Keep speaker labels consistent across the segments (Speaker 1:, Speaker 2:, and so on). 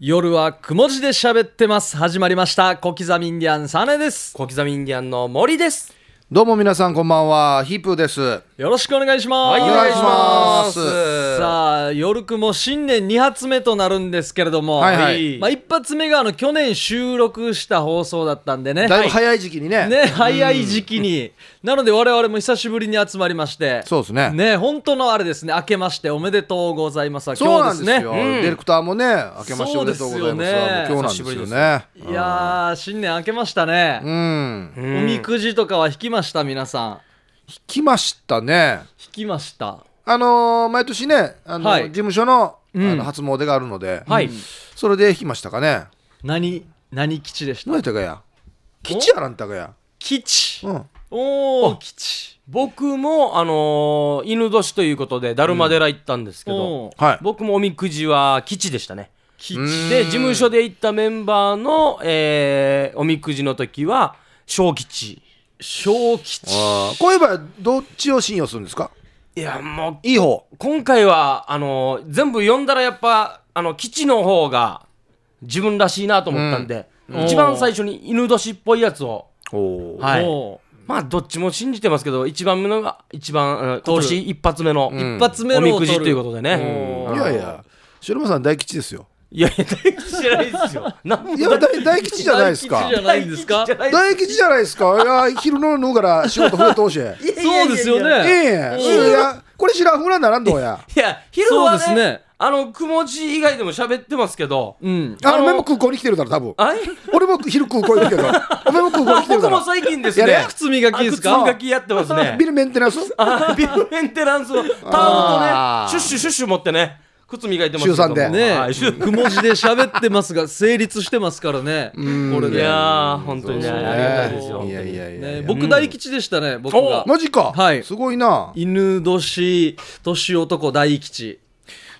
Speaker 1: 夜はくも字で喋ってます。始まりました。小刻みインディアンサネです。
Speaker 2: 小刻みインディアンの森です。
Speaker 3: どうも皆さんこんばんはヒープーです
Speaker 1: よろしくお願いします。
Speaker 3: お願いします
Speaker 2: さあ、
Speaker 1: さあ、夜くも新年2発目となるんですけれども、
Speaker 3: はいはい
Speaker 1: まあ、一発目があの去年収録した放送だったんでね。
Speaker 3: だいぶ早い時期にね,、
Speaker 1: ね、早い時期に。なので我々も久しぶりに集まりまして。
Speaker 3: そうですね
Speaker 1: ね、本当のあれですね、明けましておめでとうございますは。
Speaker 3: そうなん
Speaker 1: 今日
Speaker 3: ですよ
Speaker 1: ね。
Speaker 3: ディレクターもね明けましておめでとうござい
Speaker 1: そ
Speaker 3: ます
Speaker 1: う
Speaker 3: もう今
Speaker 2: です
Speaker 3: 日
Speaker 2: よ
Speaker 3: なん
Speaker 2: ね
Speaker 3: ですよ
Speaker 1: い
Speaker 3: ね
Speaker 1: やー、新年明けましたね。
Speaker 3: うん
Speaker 2: お
Speaker 1: おみ
Speaker 2: みく
Speaker 1: くじとかは引きました、皆さん。
Speaker 3: 来ましたね
Speaker 1: 引きました。
Speaker 3: あのー毎年ねあの、
Speaker 1: はい
Speaker 3: 事務所の,、
Speaker 1: うん
Speaker 3: あの初詣があるので、
Speaker 2: はい
Speaker 3: うんそれで来ましたかね
Speaker 1: 何何基地でし
Speaker 3: 何
Speaker 1: た
Speaker 3: やったかや吉やらんたかや
Speaker 1: 基地
Speaker 3: うん
Speaker 1: おお
Speaker 2: あ
Speaker 1: 基地
Speaker 2: 僕も、あのー犬年ということで、だるま寺行ったんですけど、
Speaker 1: おー
Speaker 3: はい
Speaker 2: 僕もおみくじは吉でしたね。
Speaker 1: 基
Speaker 3: う
Speaker 1: 地
Speaker 3: ん
Speaker 2: で、事務所で行ったメンバーの、えーおみくじの時は、小吉。
Speaker 1: 小基地
Speaker 3: あーこういえばどっちを信用するんですか
Speaker 2: いや、も
Speaker 3: いい方
Speaker 2: う、今回は、あのー全部読んだらやっぱ、あの、吉の方が自分らしいなと思ったんで、
Speaker 1: うん
Speaker 2: 一番最初に犬年っぽいやつを、
Speaker 3: おー
Speaker 2: はい
Speaker 1: お
Speaker 2: まあどっちも信じてますけど一番目のが一番うん今年一発目の、
Speaker 1: ー一発目の
Speaker 2: おみくじということ
Speaker 1: で
Speaker 2: でね
Speaker 1: お
Speaker 3: いやいや白間さん大吉ですよ
Speaker 2: いやいや大吉じゃ ないですよ何も
Speaker 3: いや大大吉じゃないですか
Speaker 1: じゃないんですか
Speaker 2: 大吉じゃない
Speaker 3: 大吉じゃないですか。いや、昼ののから仕事増えてほしい。え
Speaker 2: いやいやい や
Speaker 1: そうですよね
Speaker 3: えいや、これ知らんふらならんどうや。
Speaker 2: いや昼はね
Speaker 1: そうですね
Speaker 2: あの雲地以外でも喋ってますけど
Speaker 1: うん
Speaker 3: あ
Speaker 2: あの
Speaker 3: の、俺も空港に来てるだろ、多分。
Speaker 2: あれ
Speaker 3: 俺も昼空港に来てるだろ。お前も空港に来てるだ
Speaker 2: 僕も
Speaker 3: ろ。
Speaker 2: 最近です
Speaker 3: いや
Speaker 2: ね
Speaker 3: ね
Speaker 1: 靴磨きですか
Speaker 2: 靴磨きやってますね
Speaker 3: ビルメンテナンス
Speaker 2: あビルメンテナンスのタオルとね
Speaker 3: あー
Speaker 2: シュッシュシュッシュ持ってね靴磨いてますけども
Speaker 3: 週三で
Speaker 1: ね
Speaker 2: はい週
Speaker 1: くも字で喋ってますが 成立してますからね
Speaker 3: うん
Speaker 1: これ
Speaker 2: い
Speaker 1: で
Speaker 2: やー本当にね
Speaker 3: そうですね
Speaker 2: ありがたいですよ
Speaker 3: いやいやいやい
Speaker 1: ね
Speaker 3: や。
Speaker 1: 僕大吉でしたね僕が
Speaker 3: マジか。
Speaker 1: はい
Speaker 3: すごいな。
Speaker 1: 犬年年男大吉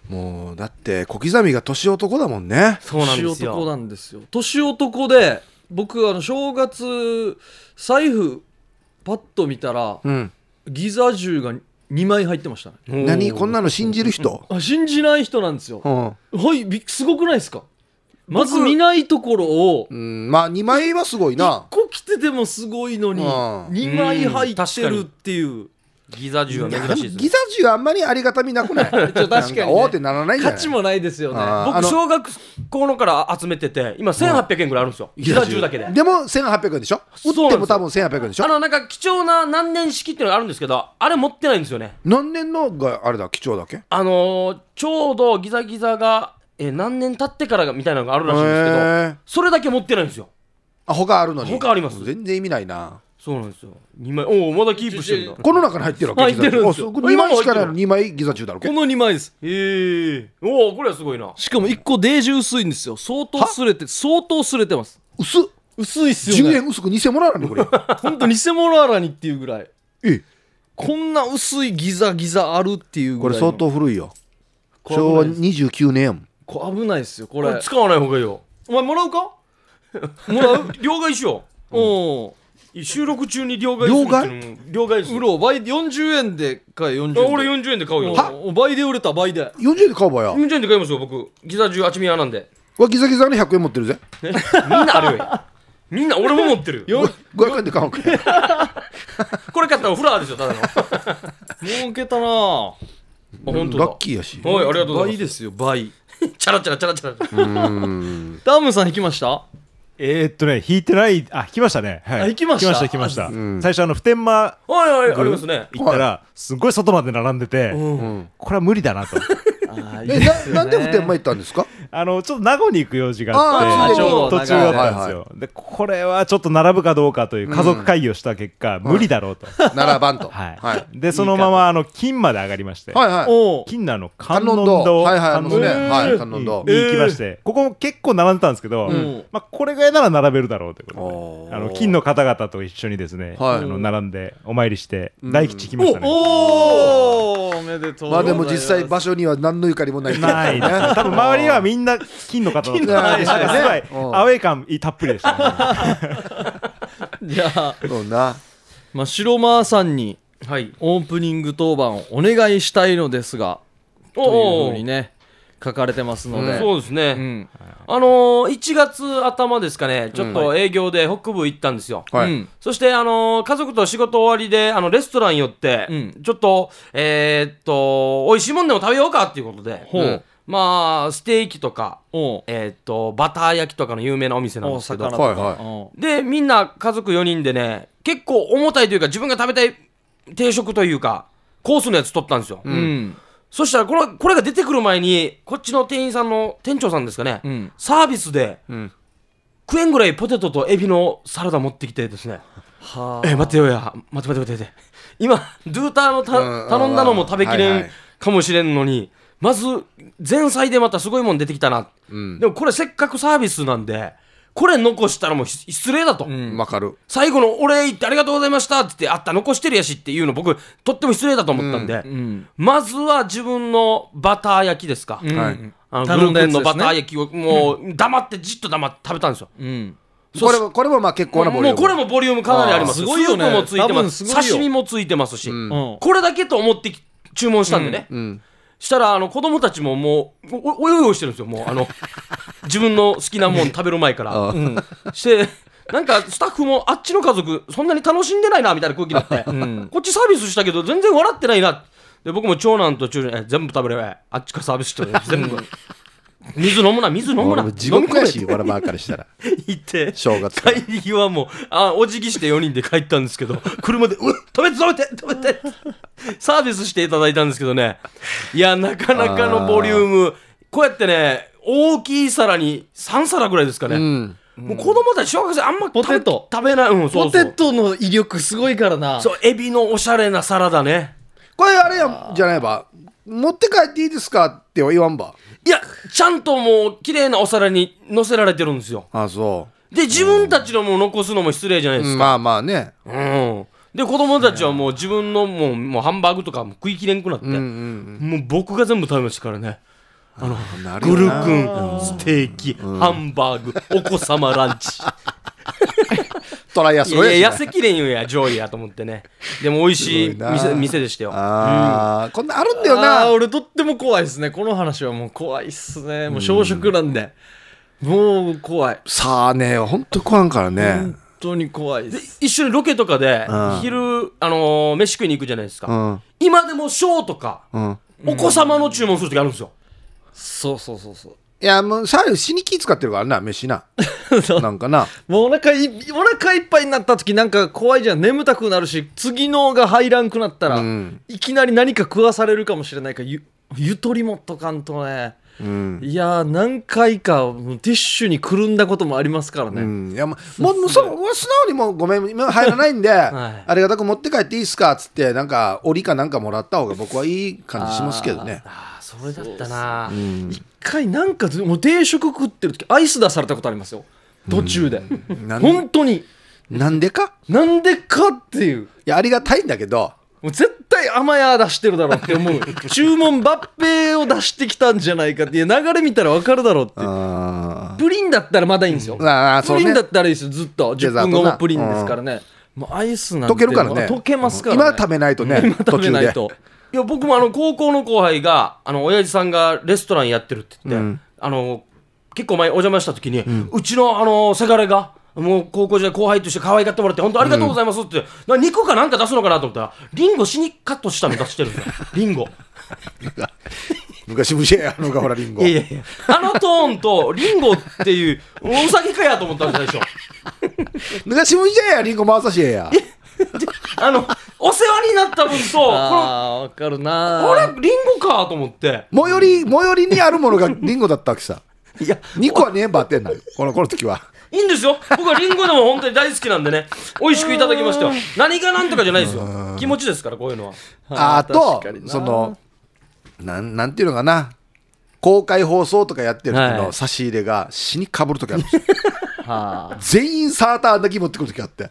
Speaker 3: もう、だって、小刻みが年男だもんね。
Speaker 2: そうなん
Speaker 1: 年
Speaker 2: ですよ
Speaker 1: 男なんですよ年男で僕あの正月財布パッと見たら
Speaker 3: うん。
Speaker 1: ギザ銃が2枚入ってましたね
Speaker 3: 何こん
Speaker 2: な
Speaker 3: なの信じる人
Speaker 1: あ信じない人なんですよ
Speaker 3: う。ん
Speaker 1: はいびすごくないですかまず見ないところを
Speaker 3: うん。まあ、2枚はすごい
Speaker 1: 1
Speaker 3: な。
Speaker 1: 個着ててもすごいのに
Speaker 3: うん
Speaker 1: 2枚入ってるっていう
Speaker 2: ギザ銃は珍しいですね
Speaker 3: ギザ銃あんまりありがたみなくない確
Speaker 1: かにね
Speaker 3: おーってならないんじゃ
Speaker 1: 価
Speaker 3: ない
Speaker 1: 値もないですよね
Speaker 3: あ
Speaker 2: 僕
Speaker 3: の
Speaker 2: 小学校のから集めてて今1800円ぐらいあるんですよギザ10だけで
Speaker 3: でも1800円でしょ
Speaker 2: そ
Speaker 3: 売
Speaker 2: うなんですよ
Speaker 3: っても多分1800円でし
Speaker 2: あ
Speaker 3: ょ
Speaker 2: のなんか貴重な何年式っていうのがあるんですけどあれ持ってないんですよね
Speaker 3: 何年のがあれだ貴重だっけ
Speaker 2: あのーちょうどギザギザが、えー何年経ってからがみたいなのがあるらしいんですけど、
Speaker 3: へー
Speaker 2: それだけ持ってないんですよ
Speaker 3: あ他あるのに
Speaker 2: 他あります
Speaker 3: 全然意味ないな
Speaker 2: そうなんですよ2枚おおまだキープしてるんだ
Speaker 3: この中に入ってるわけ
Speaker 1: 入ってるんですよ
Speaker 3: 2枚しかない
Speaker 2: 今も入ってる
Speaker 3: の2枚ギザ中だろ
Speaker 1: この2枚です
Speaker 2: へえおおこれはすごいな
Speaker 1: しかも1個デージ薄いんですよ相当擦れて相当擦れてます
Speaker 3: 薄っ
Speaker 1: 薄いっすよ
Speaker 3: 10
Speaker 1: ね
Speaker 3: 円薄く偽物なの これ
Speaker 1: ほんと偽物あらにっていうぐらい
Speaker 3: え
Speaker 1: こんな薄いギザギザあるっていう
Speaker 3: こ
Speaker 1: ぐ
Speaker 3: れ
Speaker 1: らい
Speaker 3: 相
Speaker 1: の
Speaker 3: 当古いよ
Speaker 1: これ危ない
Speaker 3: 昭和29年やもん
Speaker 1: これ危ないですよこ
Speaker 2: こ
Speaker 1: れ
Speaker 2: れ使わない方がいいよ
Speaker 1: お前もらうかもらう
Speaker 2: 両替しよ
Speaker 1: おう
Speaker 2: う収録中に両替するっていうのも両替す
Speaker 1: う
Speaker 2: る
Speaker 1: ろう倍で40円で買え40円で
Speaker 2: あ俺40円で買うよ
Speaker 1: お倍で売れた倍で
Speaker 3: 40円で買おうばよ
Speaker 2: 40円で買いますよ僕ギザ10チミアなんで
Speaker 3: わギザギザの100円持ってる ぜ
Speaker 2: ねみんなあるよ。みんな俺も持ってるよ。
Speaker 1: よ
Speaker 3: 500円で買おうか
Speaker 2: これ買ったらフラーですよ、ただの。あ、
Speaker 1: 儲けたなぁ
Speaker 2: 本当だ。
Speaker 3: ラッキーやし
Speaker 2: はい、ありがとうござい
Speaker 1: 倍
Speaker 2: ます。
Speaker 1: ですよ倍
Speaker 2: チャラチャラチャラチャラ。
Speaker 1: ダムさん引きました
Speaker 4: えーっとね、弾いてない、あ、弾きましたね。はい。
Speaker 1: あ弾きました
Speaker 4: 弾きました、弾きました最初、あの、普天間
Speaker 2: はいはい、
Speaker 4: 宮
Speaker 2: ありますね。
Speaker 4: 行ったら、すごい外まで並んでて、これは無理だなと。
Speaker 1: あ
Speaker 3: えななんで普天間行ったん ですか
Speaker 4: あの、ちょっと名護に行く用事があ
Speaker 3: あー
Speaker 4: って、ちょうど
Speaker 1: つ
Speaker 4: 途
Speaker 1: い
Speaker 4: 中
Speaker 1: でに
Speaker 4: だったんですよ、で、これはちょっと並ぶかどうかという家族会議をした結果、無理だろうと。
Speaker 3: 7番と
Speaker 4: はい、
Speaker 3: はい
Speaker 4: で、そのまま、あの、金まで上がりまして、
Speaker 3: はいはい
Speaker 1: おう
Speaker 4: 金なの観
Speaker 3: 観
Speaker 4: 音
Speaker 3: 音
Speaker 4: 堂。
Speaker 3: 堂はいはいあり
Speaker 4: 観
Speaker 3: ます
Speaker 4: 音堂
Speaker 3: ね
Speaker 4: に
Speaker 3: はい観音堂
Speaker 4: に行きまして、ここも結構並んでたんですけど、
Speaker 1: ん
Speaker 4: まあ、これぐらいなら並べるだろうということ
Speaker 3: おー
Speaker 4: であの金の方々と一緒にですね、
Speaker 3: はい
Speaker 4: あの並んでお参りして大吉来ましたね。
Speaker 1: おーおめでとうご
Speaker 3: ま
Speaker 1: ざい
Speaker 3: あ
Speaker 1: ます
Speaker 3: でも実際場所には何のゆかりもない
Speaker 4: ないですね。多分周りはみんな金の方々
Speaker 3: の方
Speaker 4: でしたから
Speaker 3: はい
Speaker 4: すごいアウェー感たっぷりでしたね。
Speaker 1: じゃあ、
Speaker 3: そうな
Speaker 1: まあ、白間さんに
Speaker 2: はい。
Speaker 1: オープニング当番をお願いしたいのですがと
Speaker 2: お
Speaker 1: いう
Speaker 2: お
Speaker 1: ふうにね書かれてますので、
Speaker 3: うん
Speaker 2: そうですね、
Speaker 1: うん
Speaker 2: あのー、1月頭ですかね、ちょっと営業で北部行ったんですよ。
Speaker 3: はい
Speaker 1: うん
Speaker 2: そして、あのー家族と仕事終わりで、あのレストラン寄って、
Speaker 1: うん
Speaker 2: ちょっと、えーっと、美味しいもんでも食べようかっていうことで、
Speaker 1: ほう
Speaker 2: うんまあ、ステーキとか、
Speaker 1: おう
Speaker 2: えーっと、バター焼きとかの有名なお店なん
Speaker 1: お
Speaker 2: ですけ
Speaker 1: 魚
Speaker 2: ど
Speaker 1: と、か、
Speaker 3: はいはい
Speaker 1: お
Speaker 2: で、みんな家族4人でね、結構重たいというか、自分が食べたい定食というか、コースのやつ取ったんですよ。
Speaker 1: ううん
Speaker 2: そしたらこれ、これが出てくる前に、こっちの店員さんの、店長さんですかね、
Speaker 1: うん
Speaker 2: サービスで、
Speaker 3: うん
Speaker 2: 9円ぐらいポテトとエビのサラダ持ってきてですね、
Speaker 1: はあ
Speaker 2: え、待てよや、待て待て待て待て、今、ドゥーターのた
Speaker 3: うん
Speaker 2: 頼んだのも食べき
Speaker 3: は
Speaker 2: れ
Speaker 3: いは
Speaker 2: ん
Speaker 3: い
Speaker 2: かもしれんのに、まず前菜でまたすごいもん出てきたな、
Speaker 3: うん
Speaker 2: でもこれ、せっかくサービスなんで、これ残したらもうひ失礼だと。
Speaker 3: わかる
Speaker 2: 最後の「お礼言ってありがとうございました」っつって「あった残してるやし」っていうの僕とっても失礼だと思ったんで、
Speaker 1: うん
Speaker 2: まずは自分のバター焼きですか、
Speaker 3: はい
Speaker 2: あの
Speaker 1: 頼んだやつ
Speaker 2: グルクンのバター
Speaker 1: で
Speaker 2: 焼きをもう黙ってじっと黙って食べたんですよ、
Speaker 1: うん
Speaker 3: これもこれもまあ結構なボリュー
Speaker 2: もう
Speaker 3: ム
Speaker 2: これもボリュームかなりあります
Speaker 1: あーすごいよね
Speaker 2: スープもついて
Speaker 1: 多
Speaker 2: ます
Speaker 1: 分すごいよ
Speaker 2: 刺身もついてますし、
Speaker 3: ん
Speaker 1: うん
Speaker 2: これだけと思ってき注文したんでね、
Speaker 3: うん
Speaker 2: したらあの子供たちももうおおよよしてるんですよもうあの自分の好きなもん食べる前から、
Speaker 3: あー
Speaker 2: してなんかスタッフもあっちの家族そんなに楽しんでないなみたいな空気になって、こっちサービスしたけど全然笑ってないなで僕も長男と中女にえ全部食べればあっちからサービスしてる全部水飲むな水飲む
Speaker 3: 俺
Speaker 2: な
Speaker 3: も地獄や
Speaker 2: 飲
Speaker 3: し
Speaker 2: み込め
Speaker 3: 俺ばっかりしたら
Speaker 2: 行って
Speaker 3: 正月から
Speaker 2: 帰り際もうあお辞儀して4人で帰ったんですけど車で「うっ食べて食べて食べて」サービスしていただいたんですけどねいやなかなかのボリュームこうやってね大きい皿に3皿ぐらいですかね、
Speaker 3: うん
Speaker 2: もう子供たち小学生あんま食べ
Speaker 1: ポテト
Speaker 2: 食べない、うん、そう
Speaker 1: ポ
Speaker 2: そう
Speaker 1: テトの威力すごいからな
Speaker 2: そうエビのおしゃれなサラダね
Speaker 3: これあれやんじゃないば持って帰っていいですかっては言わんば
Speaker 2: いやちゃんともう綺麗なお皿に乗せられてるんですよ
Speaker 3: あーそ
Speaker 2: で自分たちのもの残すのも失礼じゃないで
Speaker 3: うう
Speaker 2: す
Speaker 3: ん
Speaker 2: か、
Speaker 3: まあまあね
Speaker 2: うんで子供たちはもう自分のもうもうハンバーグとかも食いきれんくなって、
Speaker 3: うんうん
Speaker 2: もう僕が全部食べましたからね
Speaker 3: うんなる
Speaker 2: グ
Speaker 3: よ
Speaker 2: ル
Speaker 3: な
Speaker 2: クンステーキ、ハンバーグお子様ラ ンチ
Speaker 3: トライアス
Speaker 2: い
Speaker 3: ロ
Speaker 2: やいや痩
Speaker 3: しね
Speaker 2: せきれんよや上位やと思ってねでも美味しい
Speaker 3: すごいな
Speaker 2: 店店でしたよ
Speaker 3: ああこんなんあるんだよ
Speaker 1: あー
Speaker 3: な
Speaker 1: 俺とっても怖いですねこの話はもう怖いっすねもう小食なんで、もう怖い
Speaker 3: さあねほんと食わんからね
Speaker 1: 本当に怖いっ
Speaker 2: です一緒にロケとかで
Speaker 3: うん
Speaker 2: 昼、あのー飯食いに行くじゃないですか、
Speaker 3: うん
Speaker 2: 今でもショーとか
Speaker 3: うん
Speaker 2: お子様の注文する時あるんですよ、
Speaker 1: そうそうそうそう
Speaker 3: いやもうサービス死に気使ってるからな飯ななんかな
Speaker 1: もうお腹いお腹いっぱいになった時なんか怖いじゃん眠たくなるし次のが入らんくなったら、
Speaker 3: うん
Speaker 1: いきなり何か食わされるかもしれないからゆゆとり持っとかんとね
Speaker 3: うん
Speaker 1: いやー何回かもうティッシュにくるんだこともありますからね、
Speaker 3: うん、いやもうもうもうそうもう素直にもうごめん今入らないんで、
Speaker 2: い
Speaker 3: ありがたく持って帰っていいですかっつってなんか折りかなんかもらった方が僕はいい感じしますけどね
Speaker 2: ああそれだったな
Speaker 1: 一回なんかもう定食食ってる時アイス出されたことありますよ途中で、
Speaker 3: なん
Speaker 1: 本当に
Speaker 3: なんでか
Speaker 1: なんでかっていう
Speaker 3: いやありがたいんだけど
Speaker 1: もう絶対甘や出してるだろうって 思う注文バッペを出してきたんじゃないかっていう流れ見たら分かるだろうって
Speaker 3: あ
Speaker 1: プリンだったらまだいいんですよ、
Speaker 3: うんあー
Speaker 1: プ
Speaker 3: そうね
Speaker 1: リンだったらいいですよずっと
Speaker 3: デ
Speaker 1: 10
Speaker 3: ザート
Speaker 1: 分
Speaker 3: な
Speaker 1: 後もプリンですからね、もうアイスなんて
Speaker 3: 溶けるからね
Speaker 1: もう溶けますから、ね、
Speaker 3: 今食べないとね
Speaker 1: 今食
Speaker 3: 途
Speaker 1: べ
Speaker 3: 中
Speaker 1: ない
Speaker 3: で
Speaker 1: と
Speaker 2: いや僕もあの高校の後輩があの親父さんがレストランやってるって言って、
Speaker 3: うん
Speaker 2: あの結構前お邪魔した時に、うちのあのせがれがもう高校時代後輩として可愛がってもらって本当ありがとうございますって、な肉かなんか出すのかなと思ったらリンゴ死にカットしたの出してるん ですよリンゴ
Speaker 3: 昔無事やのがほらリンゴ
Speaker 2: いやいやいやあのトーンとリンゴっていうお酒かやと思ったんです最初
Speaker 3: 昔無事やリンゴ回さしやや
Speaker 2: あのお世話になった分とこの
Speaker 1: ああ分かるな
Speaker 2: あれリンゴかと思って
Speaker 3: 最寄り最寄りにあるものがリンゴだったわけさ
Speaker 2: いや
Speaker 3: 2個はねえんばってんなこのこの時はい
Speaker 2: いんですよ僕はリンゴでも本当に大好きなんでね美味しくいただきましたよ何がなんとかじゃないですよ気持ちですからこういうのは
Speaker 3: あ
Speaker 1: ー確
Speaker 3: と
Speaker 1: かにな
Speaker 3: そのなんなんていうのかな公開放送とかやってる時
Speaker 2: は
Speaker 3: の
Speaker 2: い
Speaker 3: 差し入れが死にかぶる時あるんですよ
Speaker 1: はあ
Speaker 3: 全員サーターアンだけ持ってくる時あって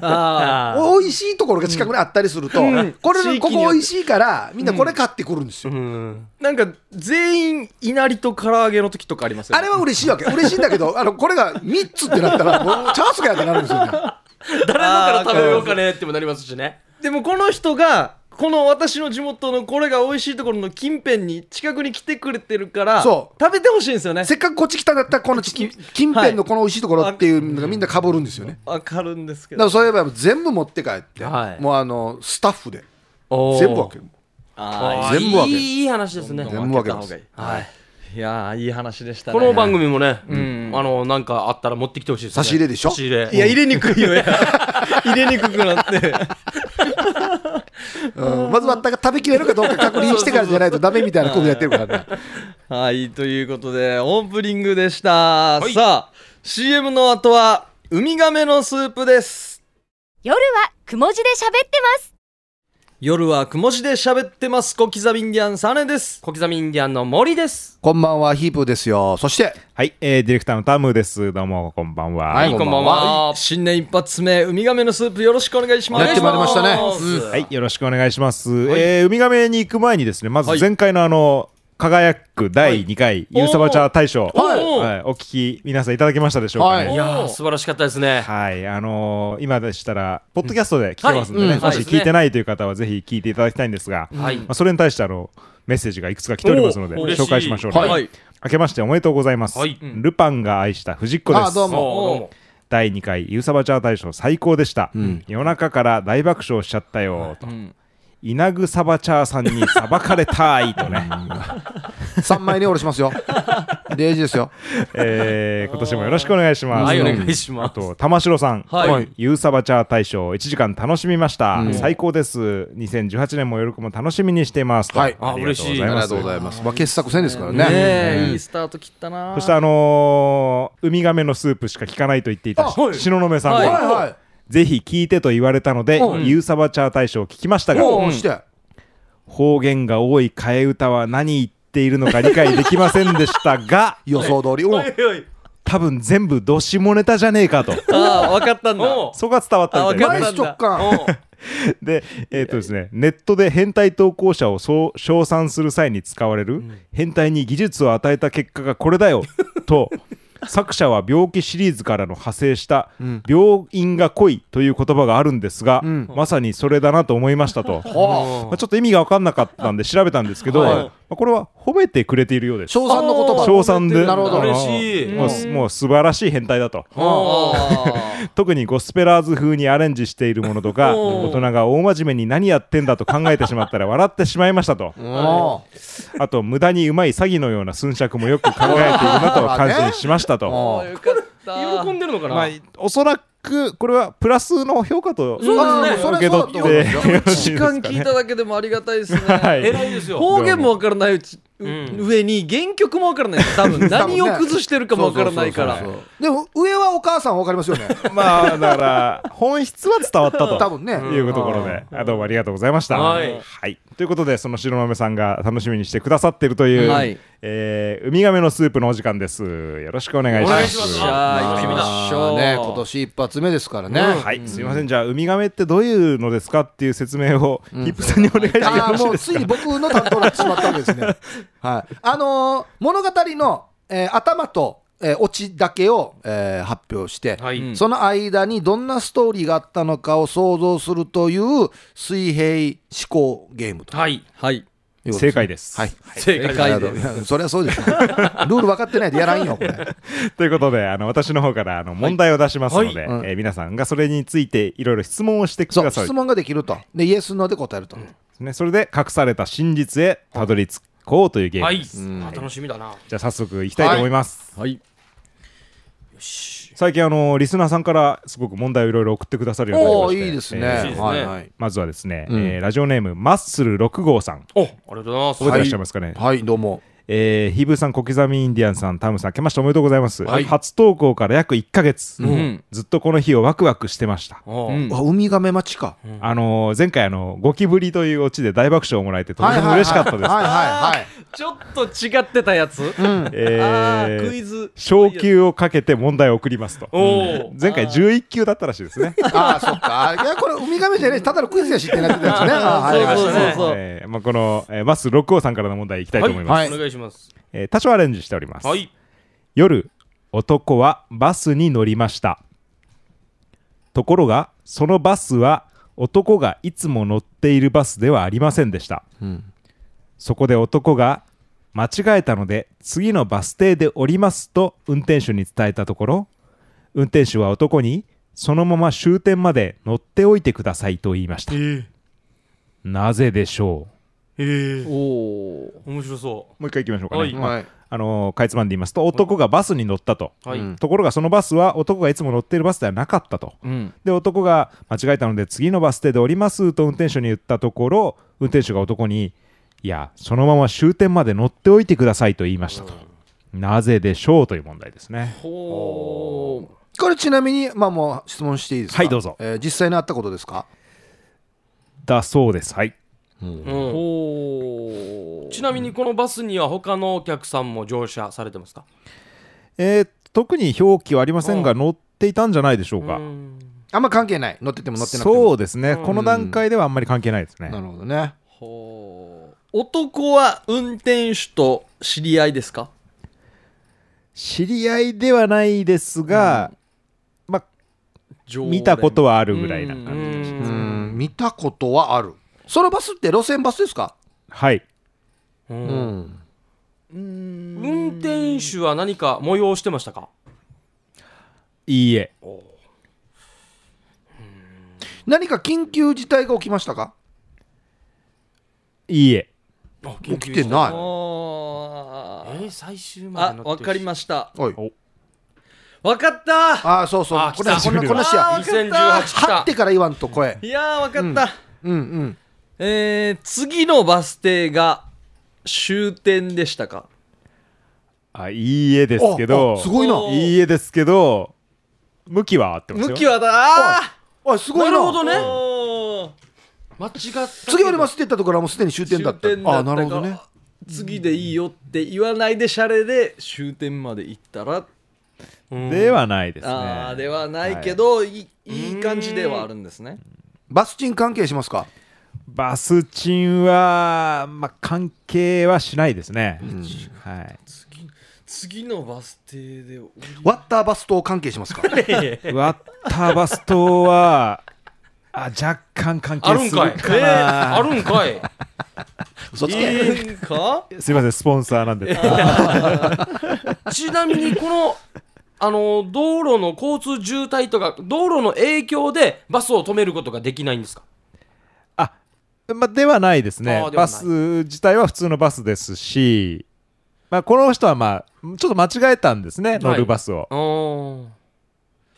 Speaker 1: あ
Speaker 2: あ
Speaker 3: 美味しいところが近くにあったりすると、
Speaker 1: ん
Speaker 3: こ
Speaker 1: 地域
Speaker 3: れ
Speaker 1: によっ
Speaker 3: こ
Speaker 1: て
Speaker 3: こ美味しいからみんなこれ買ってくるんですよ、
Speaker 2: ーうん
Speaker 1: ーなんか全員いなりと唐揚げの時とかありますよ、
Speaker 3: あれは嬉しいわけ嬉しいんだけどあのこれが3つってなったらもうチャンスがやってなるんですよね
Speaker 2: 誰のから食べようかねってもなりますしね
Speaker 1: でもこの人がこの私の地元のこれが美味しいところの近辺に近くに来てくれてるから
Speaker 3: そ
Speaker 1: 食べてほしいんですよね
Speaker 3: せっかくこっち来たんだったらこの近近辺のこの美味しいところっていうのがみんなかぶるんですよね
Speaker 1: わかるんですけ
Speaker 3: だか
Speaker 1: ど
Speaker 3: らそういえば全部持って帰って、
Speaker 2: はい
Speaker 3: もうあのスタッフで
Speaker 2: おー
Speaker 3: 全部分ける
Speaker 1: あ
Speaker 2: あー
Speaker 3: 全部分ける
Speaker 2: いいいい話ですね
Speaker 1: ー
Speaker 3: 全部分けます
Speaker 1: 開た方がい
Speaker 2: はい
Speaker 1: いいやーいい話でしたね
Speaker 2: この番組もね、
Speaker 1: ん
Speaker 2: あのなんかあったら持ってきてほしいです、ね、
Speaker 3: 差し入れでしょ
Speaker 2: 差し入れ
Speaker 1: いや入れにくいよいや 入れにくくなって
Speaker 3: うんまずはだから食べきれるかどうか確認してからじゃないとダメみたいなことやってるからね
Speaker 1: はい、ということで、オープニングでした。
Speaker 2: はい
Speaker 1: さあ、CM の後は、ウミガメのスープです。
Speaker 5: 夜はくも字で喋ってます。
Speaker 1: 夜はくも字で喋ってます。小刻みインディアンサネです。
Speaker 2: 小刻みインディアンの森です
Speaker 3: こんばんはヒープーですよそして
Speaker 4: はい、えー、ディレクターのタムです。どうも、こんばんは。
Speaker 3: は
Speaker 2: はいい
Speaker 3: こ
Speaker 2: こ
Speaker 3: ん
Speaker 2: ん
Speaker 3: ば
Speaker 2: ば
Speaker 3: ん
Speaker 2: ん
Speaker 3: は
Speaker 2: は
Speaker 1: 新年一発目、ウミガメのスープよろしくお願いします。
Speaker 3: やってまいりましたね
Speaker 2: お願いします
Speaker 4: はい、よろしくお願いします。えー、ウミガメに行く前にですね、ま
Speaker 1: は
Speaker 4: ず
Speaker 1: い
Speaker 4: 前回のあの、輝く第2回、ユーサバチャー大賞、
Speaker 1: おー
Speaker 4: はい
Speaker 1: おー
Speaker 4: はいお聞き、皆さんいただきましたでしょうか
Speaker 3: はい
Speaker 4: ね。
Speaker 2: やー素晴らしかったですね
Speaker 4: はい、あのー今でしたら、ポッドキャストで聞けますんで
Speaker 2: うんは
Speaker 4: ね、
Speaker 2: いうん
Speaker 4: も
Speaker 2: そ
Speaker 4: し
Speaker 2: うですね
Speaker 4: 聞いてないという方は、ぜひ聞いていただきたいんですが、
Speaker 2: はい
Speaker 4: まあ、それに対してあのメッセージがいくつか来ておりますので
Speaker 2: お嬉しい
Speaker 4: 紹介しましょう、ね
Speaker 2: はい
Speaker 1: はい
Speaker 4: 明けましておめでとうございます、
Speaker 2: はい
Speaker 4: ルパンが愛した藤子です
Speaker 3: あどうも
Speaker 2: おーどうも
Speaker 4: 第2回ユーサバチャー大賞最高でした、夜中から大爆笑しちゃったよと、稲具サバチャーさんに裁かれたいとね、
Speaker 3: 3枚におろします よ0時ですよ
Speaker 4: えー今年もよろしくお願いします。
Speaker 2: はいお願いします
Speaker 4: あと玉城さん、
Speaker 1: はい
Speaker 4: ユーサバチャー大賞1時間楽しみました、最高です。2018年もよろくも楽しみにしていますと。
Speaker 3: はい
Speaker 2: あ
Speaker 4: りがとうござ
Speaker 3: あり
Speaker 4: ま
Speaker 3: が
Speaker 4: す
Speaker 3: とうございますまあ傑作戦ですから
Speaker 1: ね
Speaker 3: ね
Speaker 1: えいいスタート切ったな
Speaker 4: そしてあのーウミガメのスープしか聞かないと言っていた
Speaker 2: はい
Speaker 4: 東雲さんも、
Speaker 1: はい
Speaker 3: は
Speaker 4: ぜひ聞いてと言われたので、ユーサバチャー大賞を聞きました
Speaker 3: い
Speaker 4: が、
Speaker 3: もうして
Speaker 4: 方言が多い替え歌は何言っているのか理解できませんでしたが
Speaker 3: 予想通りうん
Speaker 2: おいおい
Speaker 4: 多分全部どしもネタじゃねえかと
Speaker 1: ああ、わかったんだ。
Speaker 2: おう
Speaker 4: そこが伝わったみたいで
Speaker 1: あ
Speaker 4: す
Speaker 1: わか
Speaker 3: ナ
Speaker 1: っ
Speaker 3: イ
Speaker 1: た
Speaker 3: ス直感
Speaker 2: おう
Speaker 4: で、えっ、とですね、ネットで変態投稿者をそう称賛する際に使われる、変態に技術を与えた結果がこれだ よと、作者は病気シリーズからの派生した、病院が濃いという言葉があるんですが、まさにそれだなと思いまし たと。まあちょっと意味が分かんなかったんで調べたんですけど、
Speaker 3: はい
Speaker 4: まあこれは褒めてくれているようです。
Speaker 3: 賞賛の言葉
Speaker 4: 称賛で、
Speaker 3: なるほど
Speaker 4: あの
Speaker 2: 嬉しい
Speaker 4: もうもう素晴らしい変態だと。
Speaker 2: おう
Speaker 1: あ
Speaker 4: 特にゴスペラーズ風にアレンジしているもの とか
Speaker 1: おー
Speaker 4: 大人が大真面目に何やってんだと考えてしまったら笑ってしまいました と
Speaker 3: うん
Speaker 4: あと無駄にうまい詐欺のような寸釈もよく考えているなと感心しましたと、
Speaker 1: あ、よかった。
Speaker 2: 喜んでるのかな、
Speaker 4: まあ、おそらくこれはプラスの評価と受
Speaker 3: そうですね
Speaker 4: け取って
Speaker 3: それはそうだと思いますよ
Speaker 4: よろし
Speaker 1: 時
Speaker 4: いですか
Speaker 1: 間聞い
Speaker 4: ね
Speaker 1: ただけでもありがたいですね。
Speaker 4: はい
Speaker 2: 偉いですよ
Speaker 1: 方言もわからないうち、
Speaker 2: ん
Speaker 1: 上に原曲もわからない多分
Speaker 3: 多分ね
Speaker 1: 何を崩してるかもわからないから
Speaker 3: そうそうそうそうでも上はお母さんわかりますよね
Speaker 4: まあだから本質は伝わった と
Speaker 3: 多分ね
Speaker 4: いうところで、あどうもありがとうございました。
Speaker 2: はい
Speaker 4: ということでその白豆さんが楽しみにしてくださってるという、
Speaker 1: はい
Speaker 4: えーウミガメのスープのお時間です。よろしくお願いし
Speaker 2: お
Speaker 4: ま
Speaker 2: 願い
Speaker 4: す。
Speaker 2: します
Speaker 1: じゃあ
Speaker 3: ま
Speaker 1: 行
Speaker 3: あ
Speaker 1: きましょう
Speaker 3: ね今年一発目ですからね
Speaker 4: はい、すみません、じゃあ、ウミガメってどういうのですかっていう説明を、ヒップさんにお願いしてよ
Speaker 3: あ
Speaker 4: ろ
Speaker 3: あ
Speaker 4: しい
Speaker 3: も
Speaker 4: で
Speaker 3: う
Speaker 4: す
Speaker 3: ついに僕の担当になってしまったわけです ね。はい、あのー物語の、えー頭と、えーオチだけを、えー発表して、
Speaker 2: はい
Speaker 3: その間にどんなストーリーがあったのかを想像するという水平思考ゲームと
Speaker 2: はい
Speaker 1: はい
Speaker 3: いうこと
Speaker 4: 正解です。
Speaker 3: はい。
Speaker 2: 正
Speaker 1: 正解
Speaker 2: 解
Speaker 1: で
Speaker 2: ですす
Speaker 3: いやそりゃそう です、ね、ルール分かってないでやらんよこれ
Speaker 4: ということで、あの私の方からあの問題を出しますので、
Speaker 3: はいはい
Speaker 4: えー皆さんがそれについていろいろ質問をしてく
Speaker 3: そう
Speaker 4: ださい
Speaker 3: 質。問ができるとでイエス・ノーで答えると、
Speaker 4: ね、それで隠された真実へたどり着こうというゲー
Speaker 2: は
Speaker 4: ム
Speaker 2: い
Speaker 4: です。
Speaker 2: あ楽しみだな
Speaker 4: じゃあ早速いきたいと思います。
Speaker 1: はい
Speaker 4: 最近あのリスナーさんからすごく問題をいろいろ送ってくださるようになり
Speaker 3: お
Speaker 4: ま
Speaker 3: お
Speaker 4: して
Speaker 3: いいですね、
Speaker 4: えー
Speaker 2: いですね
Speaker 3: はいはい
Speaker 4: まずはですね、
Speaker 3: うん
Speaker 4: えーラジオネームマッスル6号さん
Speaker 2: おありがとうござい
Speaker 4: 覚えて
Speaker 2: ま
Speaker 4: らっ
Speaker 2: す
Speaker 4: しゃいますかね、
Speaker 3: はいどうも
Speaker 4: えーヒブさん小刻みインディアンさんタムさん明けましておめでとうございます、
Speaker 3: はい
Speaker 4: 初投稿から約1ヶ月、
Speaker 1: ん
Speaker 4: ずっとこの日をワクワクしてました、
Speaker 2: お
Speaker 1: う
Speaker 2: うん
Speaker 3: あウミガメ待ちか、
Speaker 4: あのー前回あのゴキブリというオチで大爆笑をもらえてと
Speaker 3: は
Speaker 4: て
Speaker 3: い
Speaker 4: も
Speaker 3: はい
Speaker 4: 嬉しかった です、
Speaker 3: はいはいはい
Speaker 1: ちょっと違ってたやつ、
Speaker 4: え
Speaker 1: あ
Speaker 4: ー
Speaker 1: ークイズ
Speaker 4: 昇級をかけて問題を送りますと
Speaker 2: おー
Speaker 4: 前回11級だったらしいです ね
Speaker 3: ああ、そっか。あいや、これ、ウミガメじゃない、ただのクイズやしってなってたや つね。ああ
Speaker 1: そう
Speaker 3: はい
Speaker 1: そうそうそう、
Speaker 4: えーまあ、この、えーマッスル6号さんからの問題いきたいと思います、
Speaker 3: はい
Speaker 2: お願いします
Speaker 4: えー多少アレンジしております、
Speaker 2: はい
Speaker 4: 夜男はバスに乗りましたところがそのバスは男がいつも乗っているバスではありませんでした、そこで男が間違えたので次のバス停で降りますと運転手に伝えたところ運転手は男にそのまま終点まで乗っておいてくださいと言いました、なぜでしょ
Speaker 2: ええ
Speaker 1: おお
Speaker 2: 面白そう
Speaker 4: もう一回行きましょうかね、
Speaker 2: はい
Speaker 4: まあ
Speaker 3: はい
Speaker 4: あのーかいつまんで言いますと男がバスに乗ったと、
Speaker 2: はい、
Speaker 3: うん
Speaker 4: ところがそのバスは男がいつも乗っているバスではなかったと、
Speaker 1: うん
Speaker 4: で男が間違えたので次のバス停で降りますと運転手に言ったところ運転手が男に「いやそのまま終点まで乗っておいてください」と言いましたと、なぜでしょうという問題ですね
Speaker 1: ほう
Speaker 3: これちなみにまあもう質問していいですか
Speaker 4: はいどうぞ
Speaker 3: えー実際にあったことですか
Speaker 4: だそうですはい
Speaker 2: うん、
Speaker 1: ほう
Speaker 2: ちなみにこのバスには他のお客さんも乗車されてますか
Speaker 4: えー特に表記はありませんが、乗っていたんじゃないでしょうか、
Speaker 2: うん
Speaker 3: あんま関係ない乗ってても乗ってなくても
Speaker 4: そうですね、
Speaker 2: うん
Speaker 4: この段階ではあんまり関係ないですね、
Speaker 3: なるほどね
Speaker 1: ほう男は運転手と知り合いですか
Speaker 4: 知り合いではないですが、まあ
Speaker 1: 常連
Speaker 4: 見たことはあるぐらいな
Speaker 2: う
Speaker 4: 感じ、
Speaker 1: うん
Speaker 3: うんん見たことはあるそのバスって路線バスですか
Speaker 4: はい
Speaker 2: うん
Speaker 3: うん
Speaker 2: 運転手は何か催してましたか
Speaker 4: いいえ
Speaker 3: 何か緊急事態が起きましたか
Speaker 4: いいえ
Speaker 2: 起
Speaker 3: 起きてない
Speaker 1: あ
Speaker 2: え
Speaker 1: ー
Speaker 2: ー最終
Speaker 1: あ
Speaker 2: まで乗ってる
Speaker 1: わかりました
Speaker 3: おい
Speaker 4: お
Speaker 1: わかった
Speaker 3: ああそうそう
Speaker 2: あ
Speaker 3: これ
Speaker 2: 久
Speaker 3: こ
Speaker 2: し
Speaker 3: ん
Speaker 4: ぶ
Speaker 3: な
Speaker 4: り
Speaker 3: こんなしや
Speaker 1: あーわ
Speaker 2: 2018来
Speaker 3: 張ったてから言わんと声
Speaker 1: いやーわかった、
Speaker 3: うんうん
Speaker 1: えー、次のバス停が終点でしたか
Speaker 4: あいいえですけ
Speaker 3: あ
Speaker 4: ど
Speaker 3: あすごいな
Speaker 1: お
Speaker 4: いいえですけど向きは合ってますよ
Speaker 1: 向きはだあ
Speaker 3: あすごいな
Speaker 2: なるほど
Speaker 1: ー
Speaker 2: ね
Speaker 1: おー
Speaker 2: 間違った
Speaker 3: 次降りますって言ったところはもうすでに終点だった
Speaker 1: 終点だ
Speaker 3: あ
Speaker 1: っ
Speaker 3: な
Speaker 1: たか
Speaker 3: る
Speaker 1: ら
Speaker 3: ほどね
Speaker 1: 次でいいよって言わないでシャレで終点まで行ったら、
Speaker 4: ではないですね
Speaker 1: ああではないけど、い、いいい感じではあるんですね
Speaker 3: バスチン関係しますか
Speaker 4: バスチンは、まあ、関係はしないですね、はい
Speaker 1: 次のバス停で降り
Speaker 3: ワッターバス等関係しま すか
Speaker 4: ワッターバス島はあ若干関
Speaker 2: ある
Speaker 4: 係
Speaker 2: ん
Speaker 4: す
Speaker 2: か
Speaker 4: る
Speaker 2: い
Speaker 4: か
Speaker 2: えー
Speaker 4: な、
Speaker 2: あるんかい
Speaker 3: 嘘つけ
Speaker 1: えーか
Speaker 4: すいませんスポンサーなんで
Speaker 2: ちなみにこのあの道路の交通渋滞とか道路の影響でバスを止めることができないんですか
Speaker 4: あ、まあ、ではないですね
Speaker 2: あーではない
Speaker 4: バス自体は普通のバスですし、まあ、この人は、まあ、ちょっと間違えたんですね乗るバスを、
Speaker 2: あー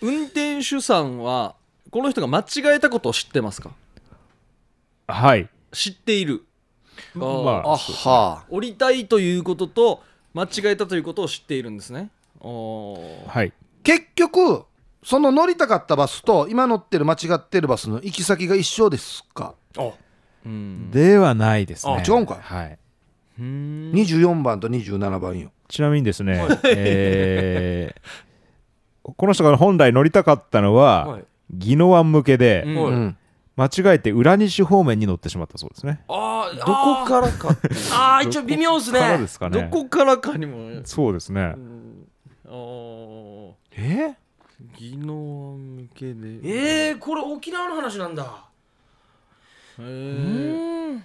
Speaker 1: 運転手さんはこの人が間違えたことを知ってますか
Speaker 4: はい
Speaker 1: 知っている
Speaker 4: ま
Speaker 1: あ
Speaker 4: あ
Speaker 3: あは
Speaker 1: 降りたいということと間違えたということを知っているんですねおー
Speaker 4: はい
Speaker 3: 結局その乗りたかったバスと今乗ってる間違ってるバスの行き先が一緒ですか
Speaker 2: あ
Speaker 1: うん
Speaker 4: ではないですね
Speaker 3: あ違うんかい
Speaker 4: はい
Speaker 1: うん
Speaker 3: 24番と27番よ
Speaker 4: ちなみにですね、えー この人が本来乗りたかったのは、
Speaker 2: はい
Speaker 4: 宜野湾向けで、
Speaker 1: うん
Speaker 2: は
Speaker 3: う
Speaker 2: い
Speaker 3: ん
Speaker 4: 間違えて浦西方面に乗ってしまったそうですね。
Speaker 2: あー
Speaker 1: どこからか
Speaker 2: あーあー一応微妙ですね
Speaker 4: からですか
Speaker 1: ど
Speaker 4: ね。
Speaker 1: こからかにも
Speaker 4: そうですね。
Speaker 1: お
Speaker 4: え
Speaker 1: 技能向けで
Speaker 2: えー、これ沖縄の話なんだ
Speaker 1: え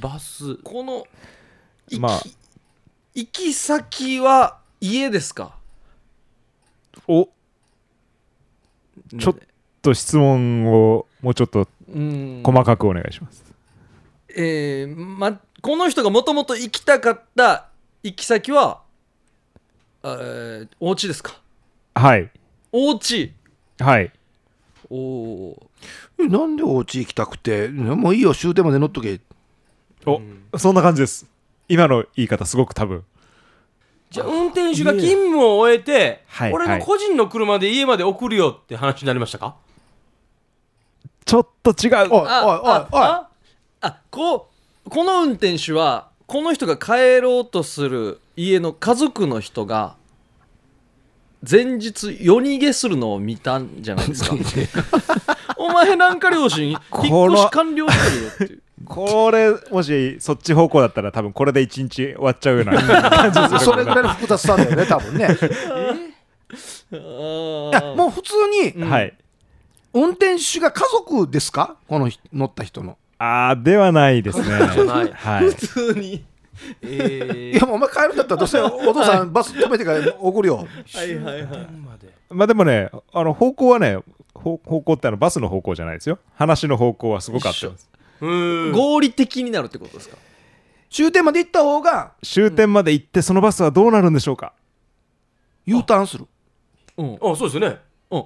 Speaker 2: バス
Speaker 1: この行き,、
Speaker 4: まあ
Speaker 1: 行き先は家ですか
Speaker 4: おちょっと質問をもうちょっと
Speaker 1: うん
Speaker 4: 細かくお願いします。
Speaker 1: えーま、この人がもともと行きたかった行き先は、えー、お家ですか
Speaker 4: はい。
Speaker 1: お家
Speaker 4: はい。
Speaker 1: おお
Speaker 3: えなんでお家行きたくてもういいよ終点まで乗っとけ
Speaker 4: お、そんな感じです。今の言い方すごく多分。
Speaker 2: じゃあ運転手が勤務を終えて、
Speaker 4: はい
Speaker 2: 俺の個人の車で家まで送るよって話になりましたか、
Speaker 4: ちょっと違。
Speaker 3: おいう
Speaker 1: あ
Speaker 3: おいおいおい
Speaker 1: ああここの運転手はこの人が帰ろうとする家の家族の人が前日夜逃げするのを見たんじゃないです かお前なんか両親引っ
Speaker 4: こ
Speaker 1: 越
Speaker 4: の
Speaker 1: し完了してるよっていう
Speaker 4: これ、もしそっち方向だったら多分これで一日終わっちゃうような。
Speaker 3: そ れぐらいの複雑さだよ ね多分
Speaker 1: あ
Speaker 3: ね いや
Speaker 1: ー
Speaker 3: もう普通に
Speaker 4: はい。
Speaker 3: 運転手が家族ですかこの人乗った人の
Speaker 4: ああではないです ね。
Speaker 2: ない
Speaker 4: はい。
Speaker 1: 普通に
Speaker 2: え
Speaker 3: いやもうお前帰るんだったらどうせお父さんバス止めてから送るよ
Speaker 1: はい はいはい
Speaker 4: まあでもね、あの方向はね、ほ方向ってあのバスの方向じゃないですよ。話の方向はすごくあってます。
Speaker 1: 合理的になるってことですか
Speaker 3: 終点まで行った方が
Speaker 4: 終点まで行ってそのバスはどうなるんでしょうか。
Speaker 3: U ターンする
Speaker 1: うん
Speaker 2: あそうですよね
Speaker 1: うん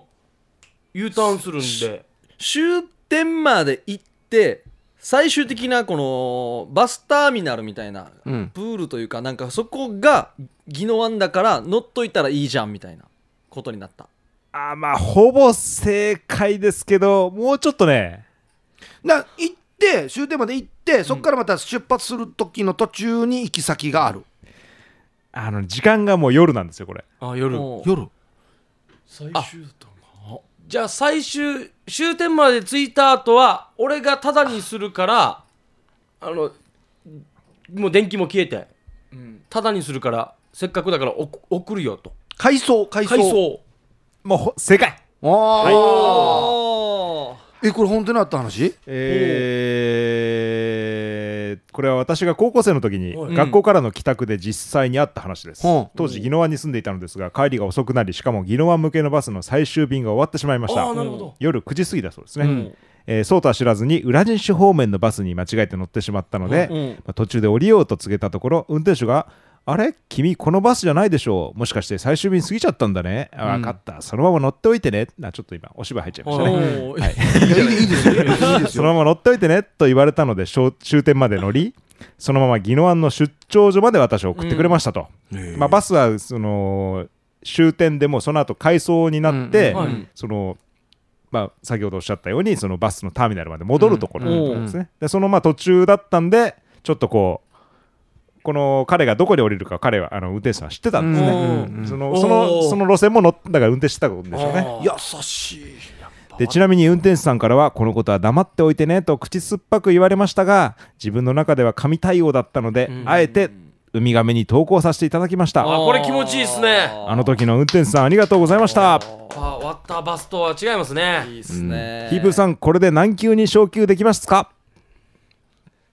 Speaker 2: U ターンするんで
Speaker 1: 終点まで行って最終的なこのバスターミナルみたいな
Speaker 3: うん
Speaker 1: プールというかなんかそこが宜野湾だから乗っといたらいいじゃんみたいなことになった
Speaker 4: あーまあほぼ正解ですけど、もうちょっとね。
Speaker 3: な行って終点まで行ってそこからまた出発する時の途中に行き先がある、
Speaker 4: あの時間がもう夜なんですよこれ
Speaker 2: あ夜
Speaker 1: もう
Speaker 3: 夜
Speaker 2: 最終じゃあ最終終点まで着いた後は俺がタダにするからあのもう電気も消えてタダにするからせっかくだからお送るよと
Speaker 3: 回送回送
Speaker 2: 回送
Speaker 4: もうほ正解
Speaker 3: ああ
Speaker 1: おー
Speaker 3: えこれ本当にあった話
Speaker 4: えーこれは私が高校生の時に
Speaker 2: はい
Speaker 4: 学校からの帰宅で実際にあった話です、
Speaker 3: うん
Speaker 4: 当時宜野湾に住んでいたのですが帰りが遅くなりしかも宜野湾向けのバスの最終便が終わってしまいまし
Speaker 2: あ
Speaker 4: た
Speaker 2: あなるほど
Speaker 4: 夜9時過ぎだそうですね、
Speaker 1: うん
Speaker 4: えーそうとは知らずに裏人種方面のバスに間違えて乗ってしまったので、
Speaker 1: うんうん
Speaker 4: まあ途中で降りようと告げたところ運転手が「あれ君このバスじゃないでしょうもしかして最終便過ぎちゃったんだねあ分かったそのまま乗っておいてね」あちょっと今お芝居入っちゃいましたね
Speaker 1: おー
Speaker 3: いやいいいいですよいいです
Speaker 4: そ
Speaker 3: よ
Speaker 4: のまま乗っておいてねと言われたので終終点まで乗りそのまま宜野湾の出張所まで私を送ってくれましたと、まあ、バスはその終点でもうその後回送になって、
Speaker 2: うんうんはい
Speaker 4: そのまあ、先ほどおっしゃったようにそのバスのターミナルまで戻るところだったんですね、でそのまあ途中だったんでちょっとこうこの彼がどこで降りるか彼はあの運転手さんは知ってたんですね、
Speaker 1: うん
Speaker 4: そのその
Speaker 1: おー
Speaker 4: その路線も乗っだから運転してたんでしょうね
Speaker 3: 優しい
Speaker 4: でちなみに運転手さんからはこのことは黙っておいてねと口酸っぱく言われましたが自分の中では神対応だったので、あえてウミガメに投稿させていただきました
Speaker 2: あ
Speaker 4: あ
Speaker 2: これ気持ちいいっすね
Speaker 4: の時の運転手さんありがとうございました
Speaker 2: あ終わったバスとは違いますね
Speaker 1: いいっすね
Speaker 4: ヒープーさんこれで何級に昇級できますか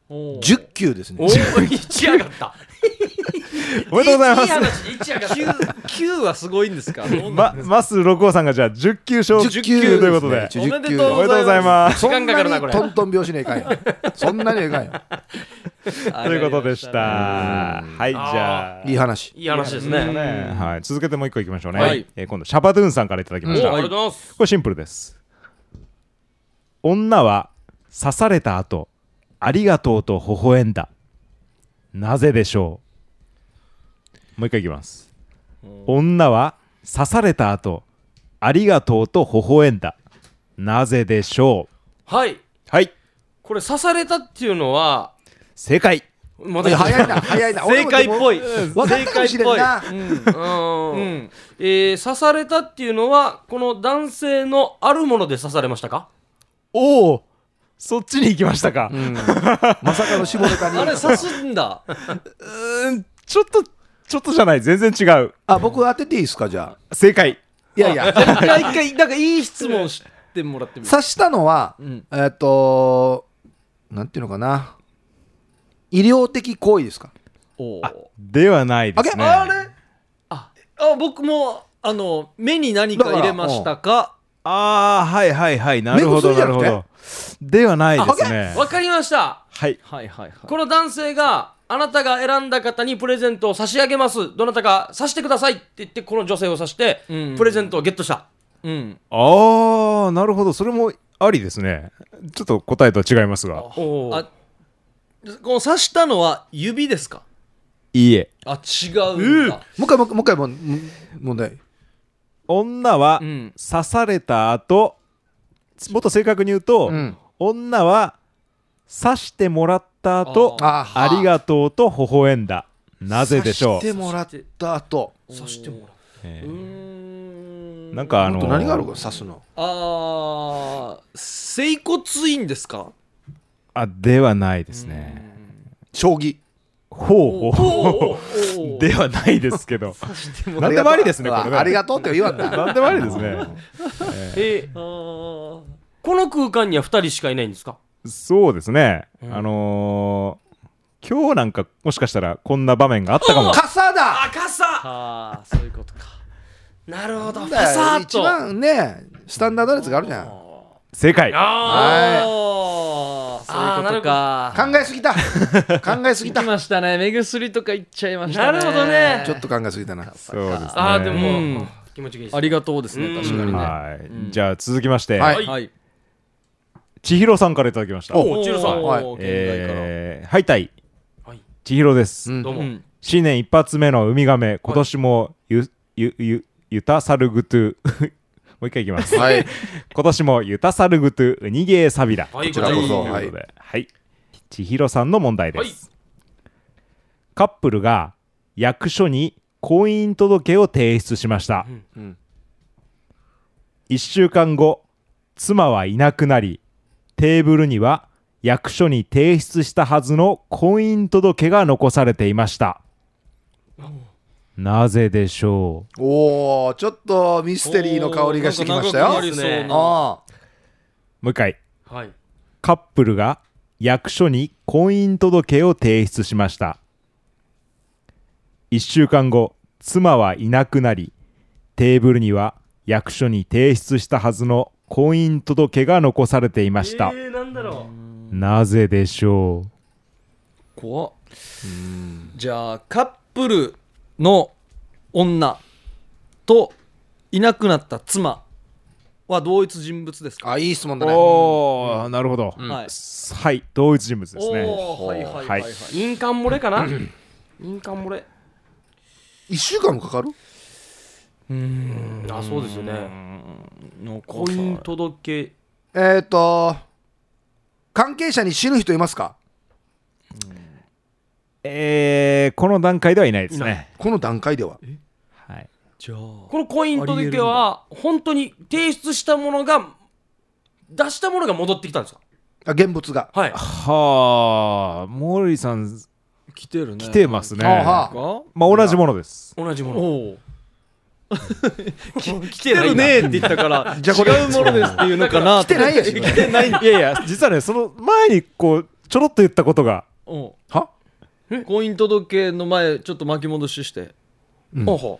Speaker 1: おー
Speaker 3: 10球ですね
Speaker 2: おお一上がった
Speaker 4: おめでとうございま
Speaker 2: いい
Speaker 4: す
Speaker 2: 話一上がった
Speaker 1: 9はすごいんですかどうな
Speaker 4: ま
Speaker 1: んですか
Speaker 4: マス六号さんがじゃあ10級昇級
Speaker 3: 10級
Speaker 4: ということで
Speaker 3: ですね
Speaker 1: おめで
Speaker 4: おめでと
Speaker 1: と
Speaker 4: う
Speaker 1: う
Speaker 4: ご
Speaker 1: ご
Speaker 4: ざ
Speaker 1: ざ
Speaker 4: い
Speaker 1: いま
Speaker 2: 時
Speaker 3: そ
Speaker 2: 間
Speaker 3: ん
Speaker 2: かかるな
Speaker 3: な
Speaker 2: こ
Speaker 3: に
Speaker 2: れ
Speaker 3: トントン拍子にいかんよそんなにいかんよ
Speaker 1: すと
Speaker 4: ということでしたはいじゃあ
Speaker 3: いい話
Speaker 2: いい話です
Speaker 4: ね
Speaker 2: ね
Speaker 4: はい、続けてもう一個いきましょうね、
Speaker 1: はい
Speaker 4: えー今度シャバドゥーンさんからいただき
Speaker 2: お
Speaker 4: ま
Speaker 2: あり
Speaker 4: し
Speaker 2: がと
Speaker 4: た、
Speaker 2: うございます
Speaker 4: これシンプルです女は刺された後ありがとうと微笑んだなぜでしょうもう一回いきます女は刺された後ありがとうと微笑んだなぜでしょう
Speaker 2: はい
Speaker 4: はい
Speaker 2: これ刺されたっていうのは
Speaker 4: 正解
Speaker 2: ま
Speaker 3: いや
Speaker 2: た
Speaker 3: 早いな早い な
Speaker 1: 正解っぽ
Speaker 3: い
Speaker 1: い
Speaker 3: 分かったかもしれんな
Speaker 2: うん
Speaker 1: うん
Speaker 2: えー刺されたっていうのはこの男性のあるもので刺されましたか
Speaker 4: おおそっちに行きましたか、
Speaker 3: まさかの下ネタ
Speaker 1: あれ
Speaker 3: に
Speaker 1: 刺すんだ
Speaker 4: ちょっとちょっとじゃない全然違う
Speaker 3: あ僕当てていいですかじゃあ
Speaker 4: 正解
Speaker 3: いやいや
Speaker 1: 一回一回なんかいい質問してもらってみる
Speaker 3: 刺したのは、
Speaker 1: ん
Speaker 3: えっ、となんていうのかな医療的行為ですか
Speaker 1: おー
Speaker 4: ではないですね
Speaker 3: あ
Speaker 1: あれああ僕もあの目に何か入れましたか
Speaker 4: ああはいはいはいなるほど
Speaker 3: 目薬じ
Speaker 4: な
Speaker 3: ゃ
Speaker 4: る
Speaker 3: なく
Speaker 4: ほ
Speaker 3: て
Speaker 4: どではないですね
Speaker 2: わかりました
Speaker 4: はい
Speaker 1: はいはいはい
Speaker 2: この男性があなたが選んだ方にプレゼントを差し上げますどなたか刺してくださいって言ってこの女性を刺して
Speaker 1: うん
Speaker 2: プレゼントをゲットした
Speaker 1: うん
Speaker 4: ああなるほどそれもありですねちょっと答えとは違いますが
Speaker 2: おー
Speaker 1: あこの刺したのは指ですか
Speaker 4: いいえ
Speaker 1: あ違うんだ
Speaker 3: もう一回もう一回もう一回もうも問題
Speaker 4: 女は
Speaker 1: うん
Speaker 4: 刺された後、もっと正確に言うと、
Speaker 3: ん
Speaker 4: 女は刺してもらった後
Speaker 3: あ
Speaker 4: あ
Speaker 3: ーあー
Speaker 4: りがとうと微笑んだなぜでしょ
Speaker 3: 刺してもらった後
Speaker 2: 刺してもらう
Speaker 1: うーん
Speaker 4: うなんかあ
Speaker 3: あ
Speaker 4: の
Speaker 3: と何があるか刺すの
Speaker 1: あー整骨院ですか
Speaker 4: あではないですね
Speaker 3: 将棋
Speaker 4: ほうほ
Speaker 1: お
Speaker 4: うではないですけ ど何でもありですねこれね
Speaker 3: ありがとうって言わんな
Speaker 4: 何 でもありですね
Speaker 2: えー
Speaker 1: あ
Speaker 2: この空間には2人しかいないんですか
Speaker 4: そうですね、
Speaker 2: うん
Speaker 4: あのー今日なんかもしかしたらこんな場面があったかも
Speaker 3: 傘だ
Speaker 2: 赤さ
Speaker 1: あーそういうことか
Speaker 2: なるほどファサ
Speaker 3: だ
Speaker 2: ーっ
Speaker 3: 一
Speaker 2: と
Speaker 3: 番ねスタンダードなやつがあるじゃん考
Speaker 4: 正解
Speaker 2: あ
Speaker 3: はい
Speaker 1: おーそういうことか
Speaker 3: えすぎた考えすぎ
Speaker 1: 行
Speaker 3: た
Speaker 1: き
Speaker 3: ち
Speaker 1: ましたね目薬とか行っちゃいましたね
Speaker 2: なるほどね
Speaker 1: ち
Speaker 3: ょ
Speaker 1: ょっ
Speaker 3: っ
Speaker 1: と
Speaker 3: と考えすぎたな
Speaker 4: そうですね
Speaker 2: ーあーでも、
Speaker 1: うん
Speaker 2: 気持ちがいいです
Speaker 1: ありがとうですね確かにねは
Speaker 4: はい、
Speaker 1: うん
Speaker 4: じゃあ続きまして、
Speaker 3: はい
Speaker 1: い、
Speaker 4: 千尋さんからいただきました
Speaker 2: お千尋さん
Speaker 1: はい
Speaker 3: は
Speaker 1: おー県外から、
Speaker 4: えー、ハイタイ
Speaker 2: はい
Speaker 4: 千尋です、
Speaker 3: うん
Speaker 2: どうも、
Speaker 1: うん
Speaker 4: 新年一発目のウミガメ今年もゆ、ゆゆゆたさるぐともう一 回いきます
Speaker 3: はい
Speaker 4: 今年もゆたさるぐとウニゲーサビラ
Speaker 2: はい
Speaker 3: こちらこそ
Speaker 4: という
Speaker 3: は
Speaker 4: こ
Speaker 3: い
Speaker 4: とで、はい、千尋さんの問題です、
Speaker 2: はい
Speaker 4: カップルが役所に婚姻届を提出しました、
Speaker 3: うんうん
Speaker 4: 1週間後妻はいなくなりテーブルには役所に提出したはずの婚姻届が残されていましたなぜでしょう
Speaker 3: おおちょっとミステリーの香りがしてきましたよ
Speaker 2: おー
Speaker 3: あ
Speaker 2: なんか
Speaker 1: りそうな
Speaker 3: あ
Speaker 4: もう一回
Speaker 2: はい
Speaker 4: カップルが役所に婚姻届を提出しました1週間後妻はいなくなりテーブルには役所に提出したはずの婚姻届が残されていました、
Speaker 2: えー、なんだろ
Speaker 4: なぜでしょう
Speaker 1: 怖っじゃあカップルの女といなくなった妻は同一人物ですか、
Speaker 3: あいい質問だね
Speaker 4: おお、なるほど、
Speaker 1: ん
Speaker 4: はい、はい同一人物ですね
Speaker 1: おおはいはいはいはい、
Speaker 4: はいう
Speaker 2: 印鑑漏れかな印鑑漏れ
Speaker 3: 1週間もかかる
Speaker 2: あそうですよね
Speaker 1: の
Speaker 2: 婚姻届
Speaker 3: えっと関係者に死ぬ人いますか
Speaker 4: えー、この段階ではいないです
Speaker 2: いな
Speaker 4: ね
Speaker 3: この段階では
Speaker 4: はい、
Speaker 1: じゃあ
Speaker 2: この婚姻届は本当に提出したものが出したものが戻ってきたんですか
Speaker 3: あ現物が
Speaker 2: はい
Speaker 4: はあモーリーさん
Speaker 1: 来てるね
Speaker 4: 来てますね、
Speaker 3: あは
Speaker 1: なんか
Speaker 4: まあ同じもの です
Speaker 2: 同じも
Speaker 1: お
Speaker 2: の
Speaker 1: お
Speaker 2: 来
Speaker 1: 来てるねって言ったから
Speaker 3: じゃあこれ
Speaker 1: 違うものですっていうのかな
Speaker 3: 来てないや し
Speaker 1: 来てない
Speaker 4: いやいや実はねその前にこうちょろっと言ったことが
Speaker 1: おう
Speaker 3: は
Speaker 1: 婚姻届の前ちょっと巻き戻しして
Speaker 2: ほうほ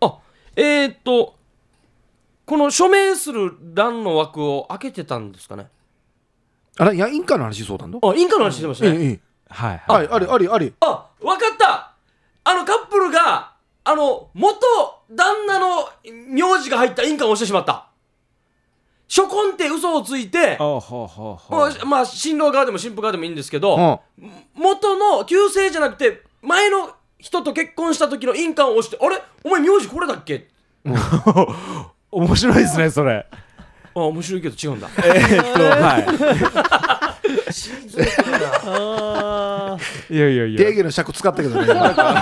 Speaker 2: うあえー、っとこの署名する欄の枠を開けてたんですかね
Speaker 3: あれいや印鑑の話そうだんだ
Speaker 2: あ印鑑の話してましたね、
Speaker 3: ええ
Speaker 4: はい
Speaker 3: ありありありあり
Speaker 2: あわかったあのカップルがあの元旦那の名字が入った印鑑を押してしまった初婚って嘘をついて
Speaker 4: あははは
Speaker 2: まあまあ新郎側でも新婦側でもいいんですけど、
Speaker 3: うん
Speaker 2: 元の旧姓じゃなくて前の人と結婚した時の印鑑を押してあれお前名字これだっけ
Speaker 4: 面白いですねそれ
Speaker 2: あ面白いけど違うんだ
Speaker 4: えーっと は
Speaker 1: あ
Speaker 4: いいやいやい
Speaker 3: 定
Speaker 4: や
Speaker 3: 義の尺使ったけどねなんか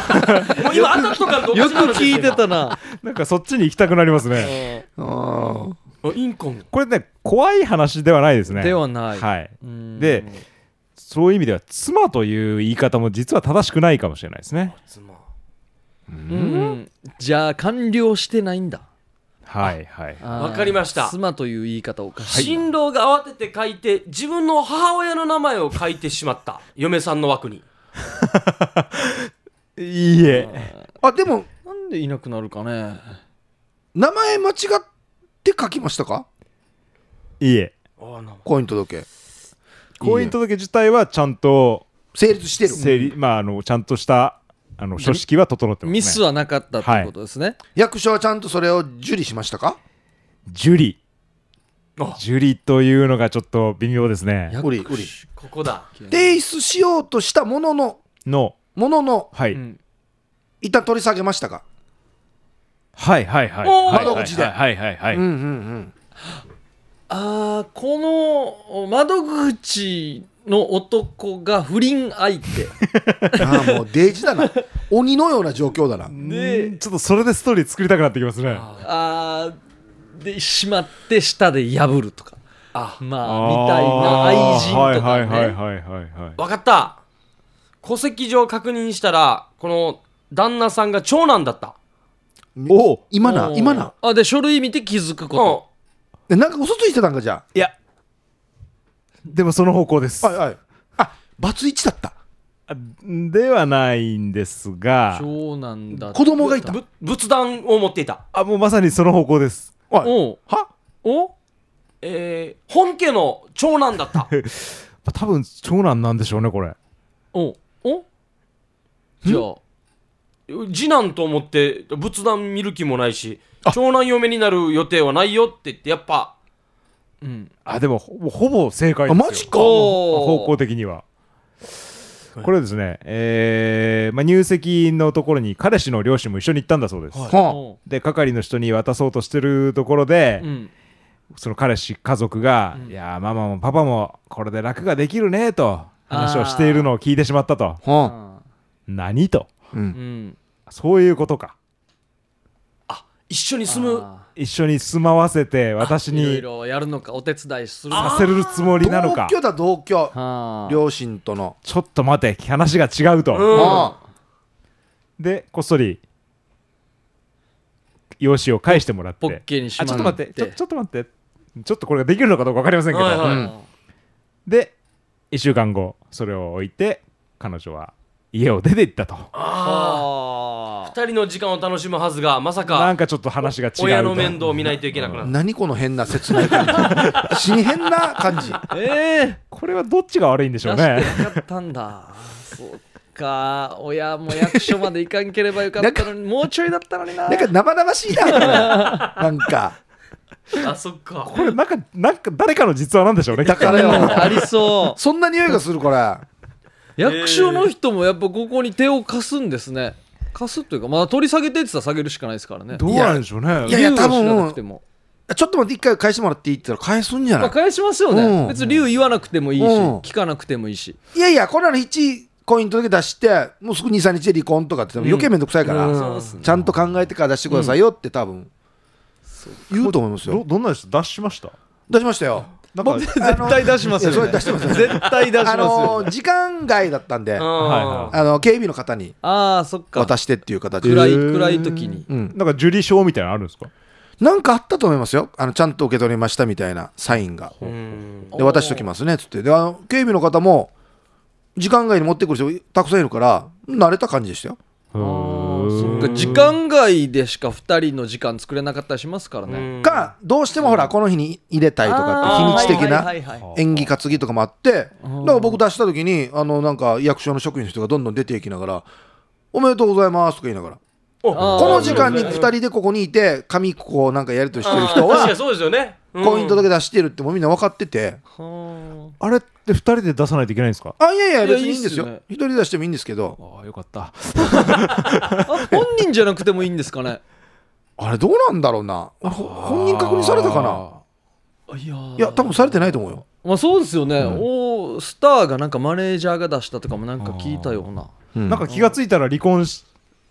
Speaker 2: もう今当たったか と
Speaker 1: よく聞いてたな
Speaker 4: なんかそっちに行きたくなりますね
Speaker 3: うん
Speaker 2: あ印鑑
Speaker 4: これね怖い話ではないですね
Speaker 1: ではない
Speaker 4: はい、
Speaker 1: うん
Speaker 4: でそういう意味では妻という言い方も実は正しくないかもしれないですね
Speaker 2: 妻
Speaker 1: うんじゃあ完了してないんだ
Speaker 4: はいはい
Speaker 1: わ
Speaker 2: わかりました
Speaker 1: 妻という言い方をおかしいな
Speaker 2: 新郎が慌てて書いて自分の母親の名前を書いてしまった嫁さんの枠に
Speaker 4: いいえ
Speaker 3: あでも
Speaker 1: なんでいなくなるかね
Speaker 3: 名前間違って書きましたか
Speaker 4: いいえ
Speaker 2: ああな
Speaker 3: 婚姻届
Speaker 4: 婚姻届自体はちゃんと
Speaker 3: 成立してる
Speaker 4: 整理、まああのちゃんとしたあの書式は整ってますね
Speaker 1: ミスはなかったってことですね
Speaker 3: 役所はちゃんとそれを受理しましたか
Speaker 4: 受理
Speaker 2: あ
Speaker 4: 受理というのがちょっと微妙ですね
Speaker 3: 売り売り
Speaker 2: ここだ
Speaker 3: 提出しようとしたものの
Speaker 4: の、
Speaker 3: ものの
Speaker 4: はい
Speaker 1: うん
Speaker 3: 一旦取り下げましたか
Speaker 4: はいはいはい
Speaker 2: おー
Speaker 4: はい
Speaker 3: 窓口で
Speaker 4: はいはいはい
Speaker 3: うん
Speaker 4: はい
Speaker 3: うん
Speaker 1: あーこの窓口の男が不倫相手
Speaker 3: うんああもうデイジだな鬼のような状況だな
Speaker 4: でちょっとそれでストーリー作りたくなってきますね
Speaker 1: あーでしまって舌で破るとか
Speaker 2: あ
Speaker 1: まあみたいな
Speaker 4: あー
Speaker 1: 愛人とか
Speaker 4: はいはいはい
Speaker 1: ね
Speaker 4: はいはいはい
Speaker 2: わかった戸籍上確認したらこの旦那さんが長男だった
Speaker 4: おう
Speaker 3: 今な
Speaker 1: おー
Speaker 3: 今な
Speaker 1: あで書類見て気づくこ
Speaker 3: えなんか嘘ついてたんかじゃ
Speaker 4: いやでもその方向です
Speaker 3: あはいはいあバツイチだった
Speaker 4: あではないんです
Speaker 1: と
Speaker 4: が
Speaker 1: 長男だ
Speaker 3: 子供がいた
Speaker 2: ぶ仏壇を持っていた、
Speaker 4: あもうまさにその方向です
Speaker 3: はい
Speaker 1: おう
Speaker 3: は
Speaker 1: お
Speaker 2: えー本家の長男だった
Speaker 4: まあ多分長男なんでしょうねこれ
Speaker 1: おおじゃあ
Speaker 2: 次男と思って仏壇見る気もないし長男嫁になる予定はないよって言ってやっぱ
Speaker 1: うん
Speaker 4: あでもほほぼ正解で
Speaker 3: あ
Speaker 4: すよ
Speaker 3: マジか
Speaker 4: 方向的にはこれですね、えーまあ、入籍のところに彼氏の両親も一緒に行ったんだそうです、
Speaker 3: は
Speaker 1: おう
Speaker 4: で係の人に渡そうとしてるところで、
Speaker 1: うん
Speaker 4: その彼氏家族が、いやーママもパパもこれで楽ができるねと話をしているのを聞いてしまったと
Speaker 3: あは
Speaker 1: あ
Speaker 4: 何と
Speaker 3: あう
Speaker 1: ー
Speaker 3: ん
Speaker 1: うん
Speaker 4: そういうことか
Speaker 2: 一緒に住む
Speaker 1: あ
Speaker 4: 一緒に住まわせて私
Speaker 1: ーいろい
Speaker 4: に
Speaker 1: ろやるのかお手伝いするのか
Speaker 4: させるつもりなの
Speaker 3: 同
Speaker 4: か
Speaker 3: 居だ同居
Speaker 1: はあ
Speaker 3: 両親との
Speaker 4: ちょっと待て話が違うと、
Speaker 2: うん
Speaker 3: ああ
Speaker 4: でこっそり用紙を返してもらって
Speaker 1: ポッケにしま
Speaker 4: あ
Speaker 1: っ
Speaker 4: ち
Speaker 1: て
Speaker 4: ょっと待ってちょちょっと待ってちょっとこれができるのかどうか分かりませんけど、
Speaker 2: はいはい
Speaker 3: うん
Speaker 4: で1週間後それを置いて彼女は家を出て行ったと
Speaker 1: あー
Speaker 2: 二人の時間を楽しむはずがまさ
Speaker 4: な
Speaker 2: か
Speaker 4: んかちょっと話が違うと
Speaker 2: 親の面倒を見ないといけなくなる
Speaker 3: 何この変な説明感じ死に変な感じ
Speaker 1: え
Speaker 4: これはどっちが悪いんでし
Speaker 1: えー、
Speaker 4: ょう
Speaker 1: 出
Speaker 4: ね
Speaker 1: してよかったんだそっか親も役所まで行かんければよかったのにもうちょいだったのにな
Speaker 3: なんか生々しいなこれなんか
Speaker 2: あそっか
Speaker 4: これなんかなんか誰かの実話なんでしょうね
Speaker 3: だからよ
Speaker 1: ありそ
Speaker 3: そんな匂いがするこれ
Speaker 1: う役所の人もやっぱここに手を貸すんですね貸すというかまあ取り下げてって言ったら下げるしかないですからね
Speaker 4: どうなんでしょうね
Speaker 3: いやいや
Speaker 1: 理由を
Speaker 3: 多分
Speaker 1: 知らなくても、
Speaker 3: ちょっと待って一回返してもらっていいって言ったら返すんじゃ
Speaker 1: まあ、
Speaker 3: ない
Speaker 1: 返しますよね、
Speaker 3: うん
Speaker 1: 別に理由言わなくてもいいし、
Speaker 3: うん
Speaker 1: 聞かなくてもいいし
Speaker 3: いやいやこれらの1コイントだけ出してもうすぐ23日で離婚とかって言っても余計めんどくさいから、
Speaker 2: うん
Speaker 1: そうっすね
Speaker 3: ちゃんと考えてから出してくださいよって多分言うと思いますよ
Speaker 4: どどんなでし脱しました
Speaker 3: 出しましたよ
Speaker 4: なんか
Speaker 1: 絶対出しますよ、ね、絶対出します
Speaker 3: あ
Speaker 1: よ、
Speaker 3: のー時間外だったんで、
Speaker 2: あ
Speaker 4: は
Speaker 3: あの警備の方に
Speaker 1: ああそっか
Speaker 3: 渡してっていう形で、
Speaker 1: 暗い
Speaker 4: えー
Speaker 1: 暗い時に
Speaker 3: うん、
Speaker 4: なんか受理証みたいなのあるんですか
Speaker 3: なんかあったと思いますよあのちゃんと受け取りましたみたいなサインが
Speaker 2: ーうん
Speaker 3: で渡しときますねっつってであの警備の方も時間外に持ってくる人たくさんいるから慣れた感じでしたよ
Speaker 1: そっか時間外でしか2人の時間作れなかったりしますからね、
Speaker 3: かどうしてもほらこの日に入れたいとか
Speaker 1: あー
Speaker 3: って日にち的
Speaker 1: は
Speaker 3: な
Speaker 1: は
Speaker 3: い
Speaker 1: いはいはい
Speaker 3: 演技担ぎとかもあってだから僕出した時にあのなんか役所の職員の人がどんどん出ていきながら「おめでとうございます」とか言いながら
Speaker 1: あ
Speaker 2: お
Speaker 1: ー
Speaker 3: この時間に2人でここにいて紙こうなんかやりとりしてる人
Speaker 2: あー確か
Speaker 3: は
Speaker 2: にそうですよねうん
Speaker 3: 婚姻届出してるってもうみんな分かってて
Speaker 1: は
Speaker 4: あれって2人で出さないといけないんですか
Speaker 3: あいやいや別に
Speaker 1: い
Speaker 3: い
Speaker 1: や
Speaker 3: いんです
Speaker 1: いいっす
Speaker 3: よ
Speaker 1: ね
Speaker 3: 一人出してもいいんですけど
Speaker 4: ああよかった
Speaker 1: ああ本人じゃなくてもいいんですかね
Speaker 3: あれどうなんだろうなあほ本人確認されたかない
Speaker 1: やー
Speaker 3: いや多分されてないと思うよ
Speaker 1: まあそうですよね、おースターがなんかマネージャーが出したとかもなんか聞いたような
Speaker 4: なんか気がついたら離婚し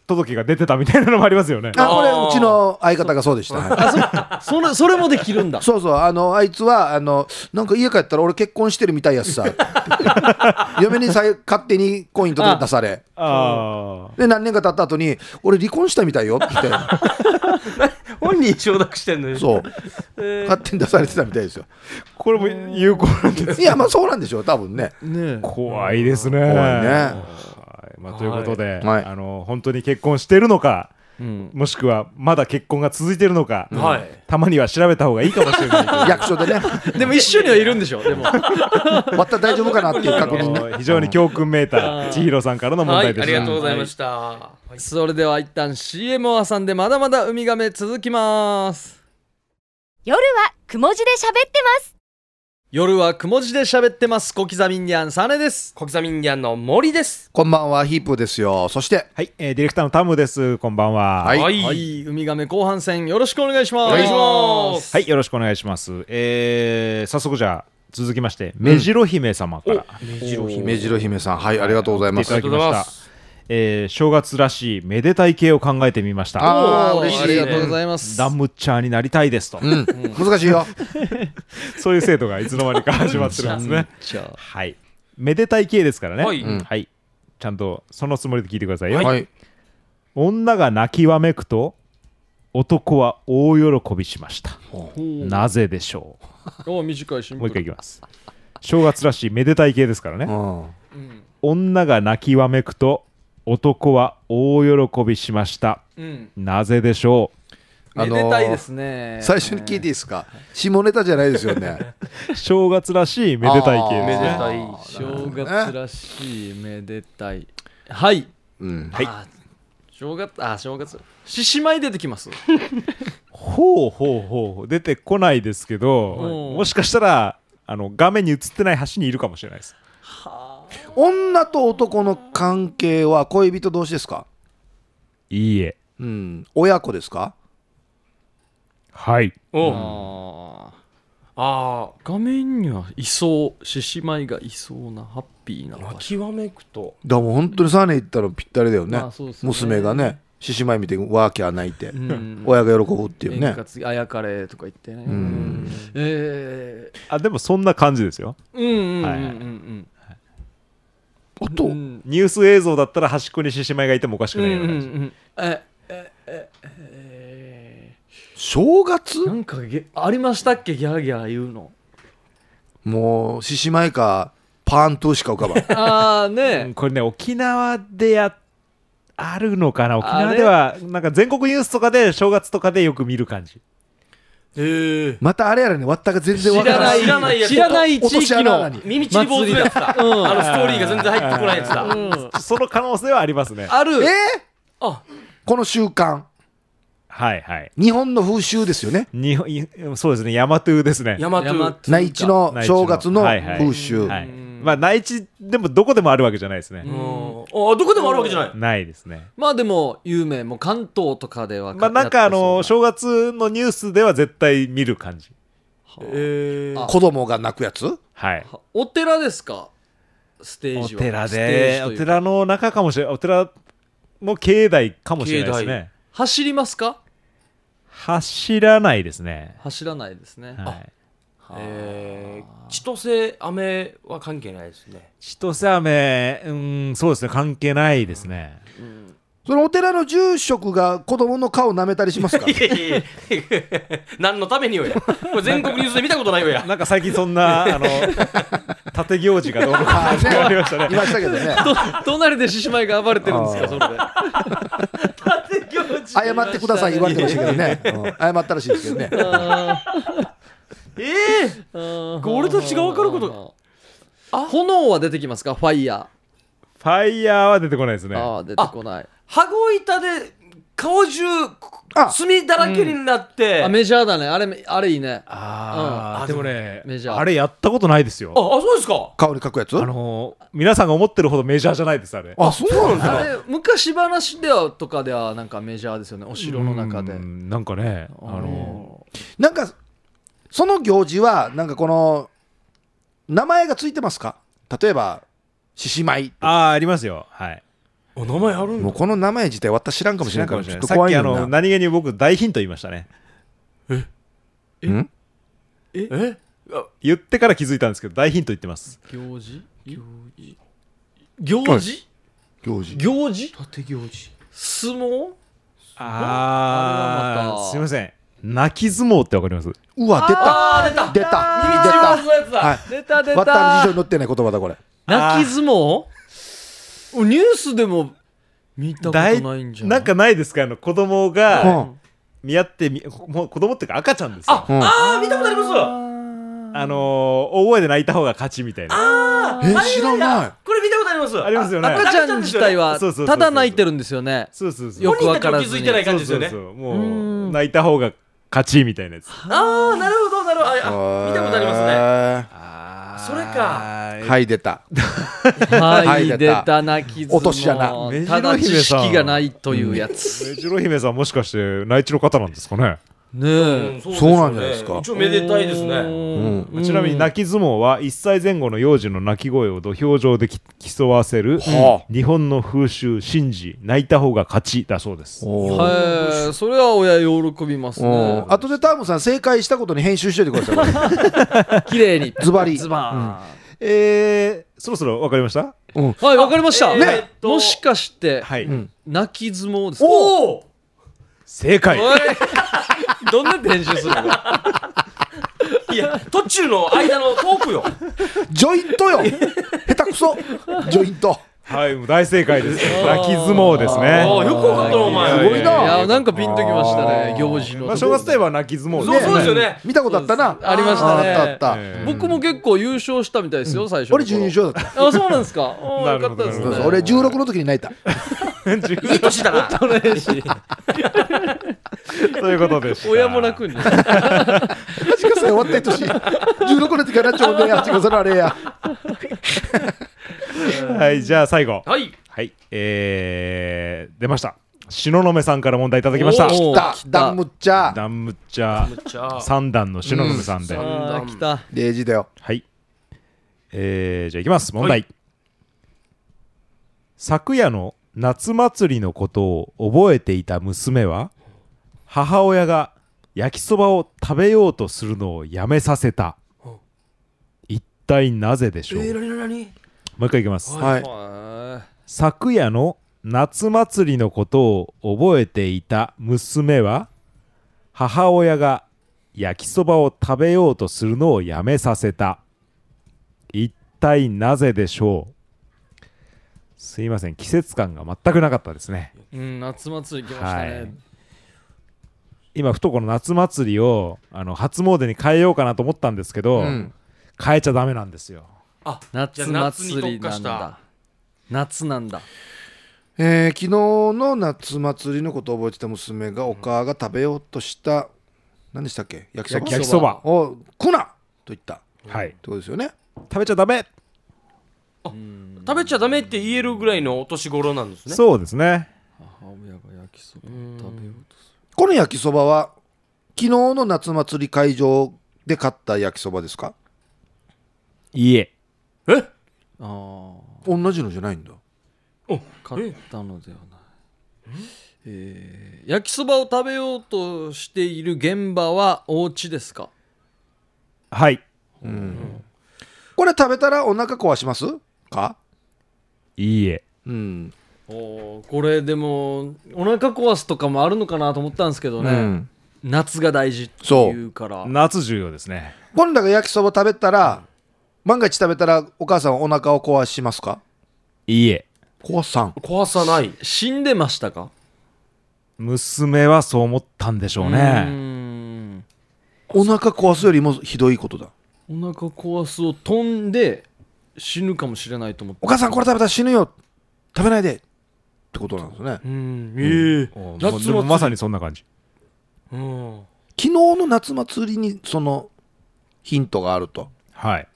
Speaker 4: 届が出てたみたいなのもありますよね
Speaker 3: あこれ
Speaker 2: あー
Speaker 3: うちの相方がそうでしたはい
Speaker 1: それそれもできるんだ
Speaker 3: そうそうあのあいつはあのなんか家帰ったら俺結婚してるみたいやしさ嫁にさ勝手にコイン届け出され
Speaker 4: ああ
Speaker 3: で何年か経った後に俺離婚したみたいよって
Speaker 2: 本人承諾してんのに
Speaker 3: そう
Speaker 2: えー
Speaker 3: 勝手に出されてたみたいですよ
Speaker 4: これも有効なんで
Speaker 3: いやまあそうなんでしょう多分ね
Speaker 1: ねえ
Speaker 4: 怖いですね
Speaker 3: 怖いね
Speaker 4: はいまあ、ということで、
Speaker 3: はい
Speaker 4: あの本当に結婚してるのか
Speaker 1: うん、
Speaker 4: もしくはまだ結婚が続いてるのか、
Speaker 2: はい
Speaker 4: たまには調べた方がいいかもしれない
Speaker 3: 役所でね
Speaker 1: でも一緒にはいるんでしょでも
Speaker 3: 割ったら大丈夫かなっていう
Speaker 4: あ
Speaker 3: 確認ね
Speaker 4: の非常に教訓めいた千尋さんからの問
Speaker 2: はいあ
Speaker 4: 題でし
Speaker 2: り
Speaker 4: た、
Speaker 2: がとうございましたはい
Speaker 1: それでは一旦 CM を挟んでまだまだウミガメ続きます
Speaker 5: 夜はくも字で喋ってます
Speaker 1: 夜はくも字で喋ってます小刻みにゃんサネです
Speaker 2: 小刻みインディアンの森です
Speaker 3: こんばんはヒープーですよそして
Speaker 4: はい、えーディレクターのタムですこんばんは
Speaker 3: はい
Speaker 1: はい、ウミガメ後半戦よろしくお願いします。
Speaker 2: お願いします
Speaker 4: はいよろしくお願いします、えー早速じゃあ続きまして目白姫様から、
Speaker 2: 目白姫
Speaker 3: 姫白姫さんはいありがとうございま
Speaker 4: あ
Speaker 3: す
Speaker 4: りがとうございますえー正月らしいめでたい系を考えてみました
Speaker 3: ああ嬉
Speaker 1: あ
Speaker 3: し
Speaker 1: り
Speaker 3: い
Speaker 1: がとうございます。
Speaker 4: ダンムッチャーになりたいですと、
Speaker 3: うん難しいよ
Speaker 4: そういう制度がいつの間にか始まってるんですね
Speaker 1: じゃあ
Speaker 4: はい。めでたい系ですからね。
Speaker 2: はい
Speaker 4: うんはい。ちゃんとそのつもりで聞いてくださいよ、
Speaker 3: はい。
Speaker 4: 女が泣きわめくと男は大喜びしましたなぜでしょ
Speaker 1: お短いシ
Speaker 4: う
Speaker 1: ン
Speaker 4: も
Speaker 1: プ
Speaker 4: う一回
Speaker 1: ル
Speaker 4: いきます正月らしいめでたい系ですからね、
Speaker 3: うん。
Speaker 1: うん
Speaker 4: 女が泣きわめくと男は大喜びしました
Speaker 1: うん
Speaker 4: なぜでしょ
Speaker 3: あ
Speaker 1: め
Speaker 3: のー
Speaker 1: でたいですね
Speaker 3: 最初に聞いていいですか下ネタじゃないです よね。
Speaker 4: う正月らしいめでたい系です
Speaker 2: めで
Speaker 4: ね
Speaker 2: たい
Speaker 1: 正月らしいめでたいはい
Speaker 3: うん。
Speaker 4: はい
Speaker 1: あ正月あ正月獅子舞出てきます
Speaker 4: ほうほうほう出てこないですけど
Speaker 1: うん
Speaker 4: もしかしたらあの画面に映ってない橋にいるかもしれないです
Speaker 3: 女と男の関係は恋人同士ですか
Speaker 4: いいえ
Speaker 3: うん。親子ですか
Speaker 4: はい
Speaker 2: おう
Speaker 1: あー
Speaker 2: あ
Speaker 1: 画面にはいそう獅子舞がいそうなハッピーな
Speaker 2: あ
Speaker 1: 場所
Speaker 2: きわめくと
Speaker 3: だからもう本当にサーネ行ったらぴったりだよね。
Speaker 1: まあそうですね
Speaker 3: 娘がね、獅子舞見てワーキャー泣いて、
Speaker 1: ん
Speaker 3: 親が喜ぶっていうね
Speaker 1: 円。滑あやかれとか言ってね
Speaker 3: ん
Speaker 1: え
Speaker 4: あでもそんな感じですよ
Speaker 1: ーうんうんうんうん
Speaker 4: はいはい
Speaker 1: うん
Speaker 3: あと、
Speaker 1: うん
Speaker 4: ニュース映像だったら端っこに獅子舞がいてもおかし
Speaker 1: う
Speaker 4: く
Speaker 1: んう
Speaker 4: ない
Speaker 1: ん
Speaker 4: ような感じ、
Speaker 1: うんええええ
Speaker 3: 正月
Speaker 1: ーなんかげありましたっけギャーギャー言うの
Speaker 3: もう獅子舞かパーントゥーしか浮かばん
Speaker 1: ああ
Speaker 4: うん
Speaker 1: ね
Speaker 4: これね沖縄でやあるのかな沖縄ではなんか全国ニュースとかで正月とかでよく見る感じ
Speaker 2: へえ
Speaker 3: またあれやらねわったが全然わ
Speaker 1: 知
Speaker 3: かららな
Speaker 1: ないい
Speaker 2: 知らないやつ
Speaker 1: 知らない地
Speaker 3: 落とし
Speaker 1: 域
Speaker 3: 穴な
Speaker 1: の
Speaker 3: のに
Speaker 2: 耳ちり坊主のやつだ、
Speaker 1: うん
Speaker 2: あのストーリーが全然入ってこないやつだ、
Speaker 1: うん
Speaker 4: その可能性はありますね
Speaker 1: あ
Speaker 3: え
Speaker 1: る
Speaker 3: ー
Speaker 1: あ
Speaker 3: この習慣
Speaker 4: はいはい
Speaker 3: 日本の風習ですよね
Speaker 4: 日本いそうですね大和ですね
Speaker 2: ヤマト
Speaker 1: ヤマ
Speaker 2: ゥ
Speaker 1: ト
Speaker 3: 内地の
Speaker 4: 内地の
Speaker 3: 正月の
Speaker 4: はいはい
Speaker 3: 風習、
Speaker 4: はい、
Speaker 1: うん
Speaker 4: まあ内地でもどこでもあるわけじゃないですね
Speaker 2: う、ん、あどこでもあるわけじゃない、
Speaker 4: ないですね
Speaker 1: まあでも有名もう関東とかでは
Speaker 4: まあなんかあの
Speaker 1: やってそう
Speaker 4: 正月のニュースでは絶対見る感じ
Speaker 2: え
Speaker 1: あ
Speaker 3: 子供が泣くやつ
Speaker 4: はい
Speaker 1: なお寺ですかステー
Speaker 4: お
Speaker 1: ジは
Speaker 4: 寺
Speaker 1: ステ
Speaker 4: で
Speaker 1: ー
Speaker 4: お
Speaker 1: ジというか
Speaker 4: 寺の中かもしれないお寺の境内かもしれないです
Speaker 2: 境
Speaker 4: ね
Speaker 1: 走りますか
Speaker 4: 走らないですね、
Speaker 1: 走らないですね、
Speaker 4: はい、
Speaker 2: えー、千歳飴は関係ないですね
Speaker 4: 千歳飴うんそうですね関係ないですね、
Speaker 3: そのお寺の住職が子供の顔舐めたりしますか
Speaker 2: いやいやいや何のために よやこれ全国ニュースで見たことないよや
Speaker 4: なんか最近そん なあの縦行事がどうのか
Speaker 3: あーね
Speaker 4: ありました
Speaker 3: い
Speaker 4: ね
Speaker 3: ましたけどね
Speaker 1: ど隣で獅子舞が暴れてるんですかそれで
Speaker 3: 謝ってください言われてましたけどね、うん謝ったらしいですけどね
Speaker 2: ええ俺たちが分かること
Speaker 1: あ炎は出てきますかファイヤ
Speaker 4: ファイヤーは出てこないです
Speaker 1: ー、
Speaker 4: ね
Speaker 1: ああ出てこない
Speaker 2: 羽子板で顔中
Speaker 3: あ
Speaker 2: 墨だらけになって、
Speaker 1: あメジャーだねあれあれいいね
Speaker 4: あー
Speaker 2: うん
Speaker 4: でもね
Speaker 1: メジャー
Speaker 4: あれやったことないですよ
Speaker 2: ああそうですか
Speaker 3: 顔に書くやつ
Speaker 4: あのー皆さんが思ってるほどメジャーじゃないですあれ
Speaker 3: あそうなん
Speaker 1: あ
Speaker 3: だ
Speaker 1: れ昔話ではとかではなんかメジャーですよねお城の中で
Speaker 4: うんなんかねあの
Speaker 3: なんかその行事はなんかこの名前がついてますか例えば獅子舞
Speaker 4: ーあーありますよはい
Speaker 2: あ名前あるん
Speaker 3: も
Speaker 2: だ
Speaker 3: うこの名前自体私知らんかもしれんからちょっと怖い
Speaker 4: さ
Speaker 3: よ
Speaker 4: っきあ
Speaker 3: な
Speaker 4: の何気に僕大ヒント言いましたね
Speaker 3: ん
Speaker 2: え
Speaker 4: 言ってから気づいたんですけど大ヒント言ってます
Speaker 1: 行事行事行事
Speaker 3: 行事
Speaker 1: 行事
Speaker 2: 縦行事
Speaker 1: 相撲あれは
Speaker 4: あ
Speaker 1: また
Speaker 4: ーすいません泣き相撲ってわかります
Speaker 3: うわ出
Speaker 2: あー出
Speaker 3: た
Speaker 2: た
Speaker 3: 出
Speaker 2: あー
Speaker 3: た
Speaker 2: のやつだ、
Speaker 3: はい
Speaker 1: 出た
Speaker 3: 出
Speaker 1: 出
Speaker 3: たわったの辞書
Speaker 1: た
Speaker 3: に載ってない言葉だこれ
Speaker 1: 泣き相撲ニュースでも見たことないんじゃない
Speaker 4: んかないですかあの子供
Speaker 3: う
Speaker 4: が
Speaker 3: ん
Speaker 4: 見合ってみもう子供っていうか赤ちゃんですよ
Speaker 2: あ
Speaker 3: うん
Speaker 2: あー見たことあります
Speaker 4: あのー大声で泣いた方が勝ちみたいな
Speaker 2: あー
Speaker 3: え
Speaker 2: あれ
Speaker 3: 知らない
Speaker 2: これ見たことあります
Speaker 4: ありますよね
Speaker 1: 赤ちゃん自体は
Speaker 4: そうそうそうそ
Speaker 1: た
Speaker 4: う
Speaker 1: だ泣いてるんですよね
Speaker 4: そうそうそう
Speaker 1: よく
Speaker 2: 本人
Speaker 1: わ
Speaker 2: たち
Speaker 1: から
Speaker 2: も
Speaker 1: ずに
Speaker 2: 気づいてない感じですよね
Speaker 4: そうそうそう
Speaker 1: う
Speaker 4: もうん泣いた方が勝ちみたいなやつ
Speaker 2: ああなるほどなるほどああ見たことありますね
Speaker 3: ね
Speaker 2: それか
Speaker 3: はい出た
Speaker 1: は
Speaker 3: はい
Speaker 1: い
Speaker 3: 出
Speaker 1: 出
Speaker 3: た
Speaker 1: た泣き相
Speaker 3: 落とし
Speaker 4: 穴
Speaker 1: 撲ただ知識がないというやつ
Speaker 4: メジロ姫さんもしかして内地の方なんですかね、
Speaker 1: ね
Speaker 2: う
Speaker 1: え
Speaker 2: んそうで
Speaker 3: そうなんじゃないですか
Speaker 2: 一応めでたいです
Speaker 1: う
Speaker 2: ね
Speaker 1: ん
Speaker 4: ちなみに泣き相撲は1歳前後の幼児の泣き声を土俵上でき競わせる
Speaker 3: は
Speaker 4: 日本の風習神事泣いた方が勝ちだそうです
Speaker 3: おー
Speaker 1: へえそれは親喜びます
Speaker 3: お
Speaker 1: ね
Speaker 3: ー後でタームさん正解したことに編集しといてくださいこれ
Speaker 1: 綺麗に
Speaker 3: ズバリ
Speaker 1: ズバーン
Speaker 4: えー、そろそろ分かりました
Speaker 1: はい、わかりました。
Speaker 2: あねえーっと
Speaker 1: もしかして、
Speaker 4: はい、
Speaker 1: 泣き相撲ですか
Speaker 2: おお
Speaker 4: 正解
Speaker 1: おい どんな練習するの
Speaker 2: いや途中の間のトークよ
Speaker 3: ジョイントよ下手くそジョイント
Speaker 4: はいもう大正解です泣き相撲ですね
Speaker 2: おーよくわかったなお前
Speaker 3: すごい
Speaker 1: い
Speaker 3: な
Speaker 1: やなんかピンときましたね行事の、
Speaker 4: まあ、正月といえば泣き相撲
Speaker 2: そうそうですよね
Speaker 3: 見たことあったな
Speaker 1: ありましたね
Speaker 3: あったあった
Speaker 4: え
Speaker 1: 僕も結構優勝したみたいですよ、最初
Speaker 3: 俺準優勝だった
Speaker 1: 勝あそうなんですかおー
Speaker 4: な
Speaker 1: よ
Speaker 4: る
Speaker 1: か
Speaker 4: ほ
Speaker 1: った
Speaker 4: ど
Speaker 1: ですね
Speaker 3: そうそう俺16の時に泣いた
Speaker 2: いい年だな
Speaker 4: ということでした
Speaker 1: 親も楽に
Speaker 3: 8月終わった年16の時からちょうどや8月のあれや
Speaker 4: はいじゃあ最後
Speaker 2: はい
Speaker 4: はいえー、出ました東雲さんから問題いただきました
Speaker 1: おー
Speaker 3: 来た
Speaker 1: 来た
Speaker 3: ダンムッチャー
Speaker 4: ダンムッチャ
Speaker 2: むっちゃ
Speaker 4: ー三段の東雲さんで、
Speaker 2: うん
Speaker 1: あー来た
Speaker 3: 0時だよ
Speaker 4: はい。えー、じゃあいきます。問題、
Speaker 2: は
Speaker 4: 昨夜の夏祭りのことを覚えていた娘は、母親が焼きそばを食べようとするのをやめさせた。一体なぜでしょう、
Speaker 2: になに
Speaker 4: もう一回いきます。
Speaker 3: はい
Speaker 1: は
Speaker 4: 昨夜の夏祭りのことを覚えていた娘は母親が焼きそばを食べようとするのをやめさせた一体なぜでしょうすいません季節感が全くなかったですね
Speaker 1: いうん夏祭り来ましたね、
Speaker 4: はい今ふとこの夏祭りをあの初詣に変えようかなと思ったんですけど、
Speaker 3: うん
Speaker 4: 変えちゃダメなんですよ
Speaker 2: あじゃ
Speaker 1: 夏
Speaker 2: あ夏に
Speaker 1: 祭り
Speaker 2: 特化
Speaker 1: な
Speaker 2: し
Speaker 1: ん
Speaker 2: た
Speaker 1: だ夏なんだ
Speaker 3: えー昨日の夏祭りのことを覚えてた娘がお母が食べようとした何でしたっけ焼きそば
Speaker 4: 焼きそば
Speaker 3: を来なと言ったって
Speaker 4: はい
Speaker 3: ことですよね
Speaker 4: 食べちゃダメ
Speaker 2: 食べちゃダメって言えるぐらいのお年頃なんですね
Speaker 4: そうですね
Speaker 1: 母親が焼きそばを食べようとす
Speaker 3: この焼きそばは昨日の夏祭り会場で買った焼きそばですか
Speaker 4: いいえ
Speaker 2: え
Speaker 1: るあ
Speaker 3: 同じのじゃないんだ
Speaker 1: あ買ったのではないえー、焼きそばを食べようとしている現場はお家ですか
Speaker 4: はい
Speaker 3: これ食べたらお腹壊しますか
Speaker 4: いいえ
Speaker 3: うん、
Speaker 1: おーこれでもお腹壊すとかもあるのかなと思ったんですけどね、
Speaker 3: うん
Speaker 1: 夏が大事っていうから
Speaker 4: 夏重要ですね
Speaker 3: 今度が焼きそば食べたら万が一食べたらお母さんはお腹を壊しますか
Speaker 4: いいえ
Speaker 3: 壊さん
Speaker 2: 壊さない
Speaker 1: 死んでましたか
Speaker 4: 娘はそう思ったんでしょう
Speaker 1: うー
Speaker 4: ね
Speaker 1: ん
Speaker 3: お腹壊すよりもひどいことだ
Speaker 1: お腹壊すを飛んで死ぬかもしれないと思って
Speaker 3: お母さんこれ食べたら死ぬよ食べないでってことなんですね昨
Speaker 2: うんええ
Speaker 4: もう
Speaker 2: 夏祭り
Speaker 4: でもまさにそんな感じ
Speaker 2: うん
Speaker 3: 日の夏祭りにそのヒントがあると
Speaker 4: はい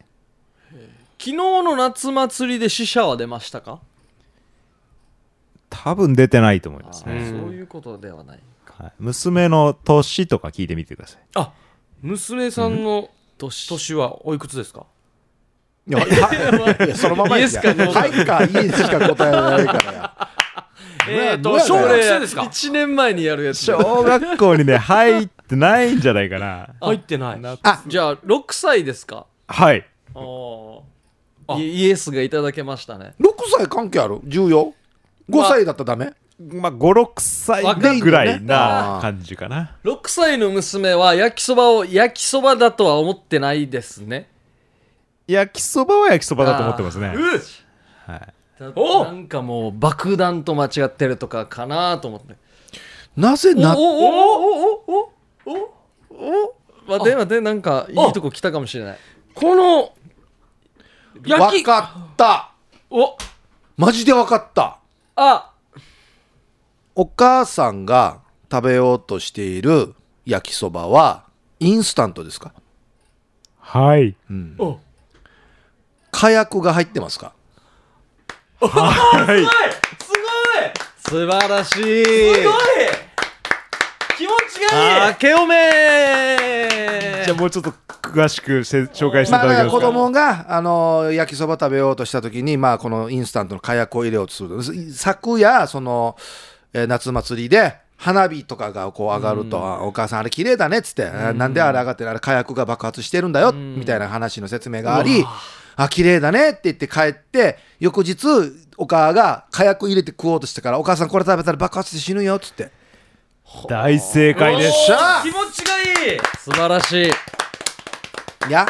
Speaker 1: 昨日の夏祭りで死者は出ましたか
Speaker 4: 多分出てないと思います
Speaker 1: あ
Speaker 4: ね、
Speaker 1: ーそういうことではない
Speaker 4: はい、娘の年とか聞いてみてください
Speaker 2: あ娘さんの年年はおいくつですか
Speaker 3: いやいやそのまま
Speaker 1: イエスかノーか
Speaker 3: はいかいいですしか答えられないからや
Speaker 2: えーと
Speaker 3: どうやど
Speaker 2: 小
Speaker 3: うや
Speaker 2: 学生ですか
Speaker 1: 1年前にやるやつ
Speaker 4: 小学校にね入ってないんじゃないかな
Speaker 2: 入ってない
Speaker 1: じゃあ6歳ですか
Speaker 4: はい
Speaker 1: あーイイエスがいただけましたね
Speaker 3: 6歳関係ある重要5歳だったらダメ
Speaker 4: まあ56歳ぐらいな感じかな
Speaker 1: 6歳の娘は焼きそばを焼きそばだとは思ってないですね
Speaker 4: 焼きそばは焼きそばだと思ってますね
Speaker 2: うっ
Speaker 1: だ
Speaker 2: お
Speaker 1: なんかもう爆弾と間違ってるとかかなと思って
Speaker 3: なぜ
Speaker 1: お
Speaker 3: な
Speaker 1: おおおおおおお待て待てなんかいいとこ来たかもしれない
Speaker 2: この
Speaker 3: わ
Speaker 2: 焼き
Speaker 3: かった
Speaker 2: お
Speaker 3: マジでわかった
Speaker 1: あ
Speaker 3: お母さんが食べようとしている焼きそばはインスタントですか
Speaker 4: はい
Speaker 3: 火薬が入ってますか
Speaker 4: はい
Speaker 2: すご
Speaker 1: 素
Speaker 2: い
Speaker 1: 晴らしい
Speaker 2: すごい気持ちがいい
Speaker 1: 明けおめ
Speaker 4: じゃあもうちょっと詳しくせ紹介してい
Speaker 3: まあ
Speaker 4: ただ
Speaker 3: だか
Speaker 4: けま
Speaker 3: ら
Speaker 4: す
Speaker 3: 子
Speaker 4: か、
Speaker 3: 供があの焼きそば食べようとした時にまあこのインスタントの火薬を入れようとする昨夜その、えー夏祭りで花火とかがこう上がると、あお母さんあれ綺麗だねっつって、あなんであれ上がってるあれ火薬が爆発してるんだよみたいな話の説明がありあ綺麗だねって言って帰って翌日お母が火薬入れて食おうとしたからお母さんこれ食べたら爆発して死ぬよっつって
Speaker 4: 大正解で
Speaker 2: おー
Speaker 4: す
Speaker 3: しゃ
Speaker 2: 気持ちがいい
Speaker 1: 素晴らしい
Speaker 3: いや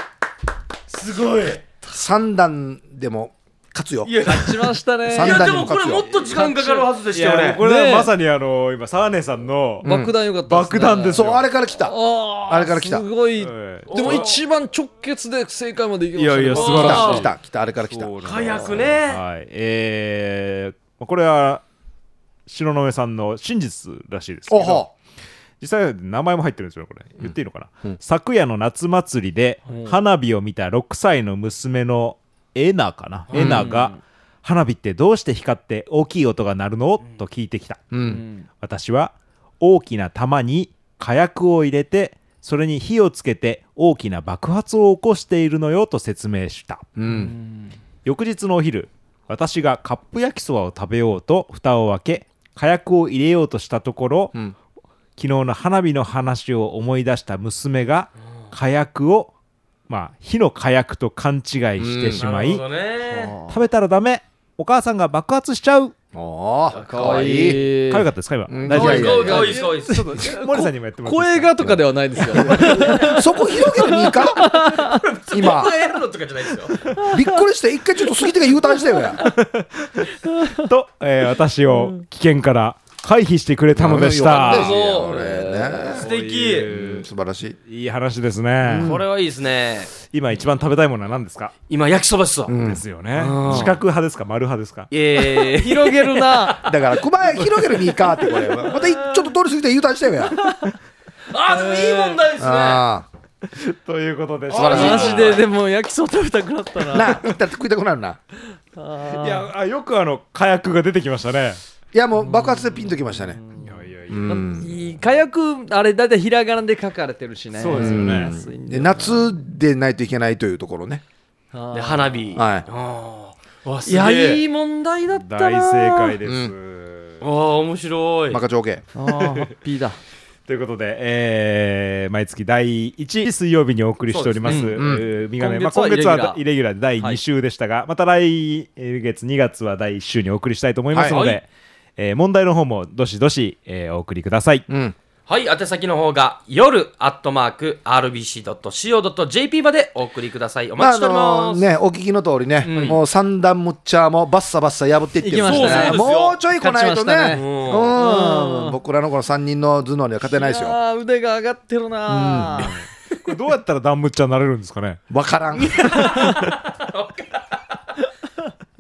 Speaker 2: すごい
Speaker 3: 3段でも勝つよ
Speaker 2: いやい
Speaker 1: 勝ちました ね
Speaker 3: 三
Speaker 2: や
Speaker 3: 段
Speaker 2: でもこれもっと時間かかるはずで
Speaker 4: い
Speaker 2: したよ
Speaker 4: や
Speaker 2: ね
Speaker 4: これ
Speaker 1: ねえ
Speaker 4: はまさにあの今サーネさんの
Speaker 1: 爆弾よかったっ
Speaker 4: 爆弾です
Speaker 3: そうあれから来た
Speaker 1: あー
Speaker 3: あれから来た
Speaker 1: すごい
Speaker 4: ええ
Speaker 1: でも一番直結で正解までいきました
Speaker 4: いやいや素
Speaker 2: 晴らし
Speaker 3: 来た来た来たあれから来た
Speaker 4: そうなんです
Speaker 2: 火薬ね
Speaker 4: はいえーまあこれは白の上さんの真実らしいですけ
Speaker 3: お
Speaker 4: ど
Speaker 3: ほ
Speaker 4: 実際名前も入ってるんですよこれ言っていいのかな、昨夜の夏祭りで
Speaker 1: ん
Speaker 4: 花火を見た6歳の娘のエナかな、
Speaker 1: ん
Speaker 4: エナが花火ってどうして光って大きい音が鳴るのと聞いてきた、
Speaker 3: う
Speaker 1: うんん
Speaker 4: 私は大きな玉に火薬を入れてそれに火をつけて大きな爆発を起こしているのよと説明した
Speaker 3: うん
Speaker 4: 翌日のお昼私がカップ焼きそばを食べようと蓋を開け火薬を入れようとしたところ、
Speaker 3: ん
Speaker 4: 昨日の花火の話を思い出した娘が火薬をまあ火の火薬と勘違いしてしま
Speaker 2: なる
Speaker 4: い、
Speaker 2: ほどね
Speaker 4: 食べたらダメお母さんが爆発しちゃう
Speaker 3: おーか
Speaker 1: か
Speaker 3: わ
Speaker 1: わ
Speaker 3: いい
Speaker 1: いい
Speaker 4: 可愛かったですか今、
Speaker 3: うん
Speaker 4: 大
Speaker 2: か
Speaker 4: 丈夫
Speaker 2: わ
Speaker 4: で
Speaker 2: い
Speaker 4: す
Speaker 2: い
Speaker 4: か
Speaker 2: かわいいかわいいかわいい
Speaker 4: ちょっと森さんにもやってもらってい
Speaker 1: 声
Speaker 4: いですか
Speaker 1: がとかではないですよ
Speaker 3: そこ広げていいか今
Speaker 2: 僕がやるのとかじゃないですよ
Speaker 3: びっくりして一回ちょっと杉手が U ターンしたよや
Speaker 4: と、えー私を危険から回避してくれたのでし
Speaker 3: よ
Speaker 4: た
Speaker 3: かったですよ
Speaker 1: そう
Speaker 3: これね
Speaker 2: 素
Speaker 4: いう
Speaker 2: 敵
Speaker 3: 素晴らしい
Speaker 4: いい話ですね、
Speaker 2: これはいいですね
Speaker 4: 今一番食べたいものは何ですか、
Speaker 2: 今焼きそばっすわ
Speaker 4: ですよね四角派ですか丸派ですか
Speaker 2: えー
Speaker 1: 広げるな
Speaker 3: だから熊谷広げるにいいかってこ れまたいちょっと通り過ぎて U ターンしたよや
Speaker 2: あでもいい問題ですね
Speaker 3: あ
Speaker 4: ということで
Speaker 3: 素晴らしい
Speaker 1: マジででも焼きそば食べたくなった
Speaker 3: あ
Speaker 1: な
Speaker 3: なあ行ったら食いたくなるない
Speaker 4: やあよくあの火薬が出てきましたね
Speaker 3: いやもう爆発でピンときましたね
Speaker 4: いやいやいや、
Speaker 3: うん
Speaker 1: いい火薬あれだいたいひらがなで書かれてるしね
Speaker 4: そうですよね
Speaker 1: 安いんだ
Speaker 3: で
Speaker 1: よ
Speaker 3: 夏でないといけないというところね
Speaker 1: あー
Speaker 2: で花火
Speaker 3: はい
Speaker 2: あーわす
Speaker 1: いやい
Speaker 2: げえ
Speaker 1: い問題だったな
Speaker 4: 大正解です、
Speaker 3: う
Speaker 2: あー面白い
Speaker 3: マカチョーケ
Speaker 1: あーハッピーだ
Speaker 4: ということで、えー毎月第1水曜日にお送りしております
Speaker 2: そう
Speaker 3: ねうん
Speaker 4: えーみがね
Speaker 1: 今
Speaker 4: まあ
Speaker 1: 月は
Speaker 4: 今月はイ
Speaker 1: イ
Speaker 4: レギュラーで第
Speaker 1: は
Speaker 4: 2
Speaker 1: い
Speaker 4: 週でしたが、また来月2月は第1週にお送りしたいと思いますので、
Speaker 2: はい
Speaker 4: えー問題の方もどしどし、えーお送りください、
Speaker 3: うん
Speaker 2: はい、宛先の方が夜アットマーク RBC.CO.JP までお送りください。お待ちしており
Speaker 3: まああ
Speaker 2: ま
Speaker 3: の
Speaker 2: す。
Speaker 3: ね、お聞きの通りね、もう三段むっちゃもバッサバッサ破っていってます
Speaker 2: いきましたねそうですよ
Speaker 3: もうちょい来ないと
Speaker 1: 勝ち
Speaker 3: ね
Speaker 1: ましたね
Speaker 3: うん、僕らのこの3人の頭脳には勝てないですよ
Speaker 1: あー腕が上がってるなー
Speaker 4: これどうやったらダンムッチャーになれるんですかね
Speaker 3: わからん
Speaker 2: い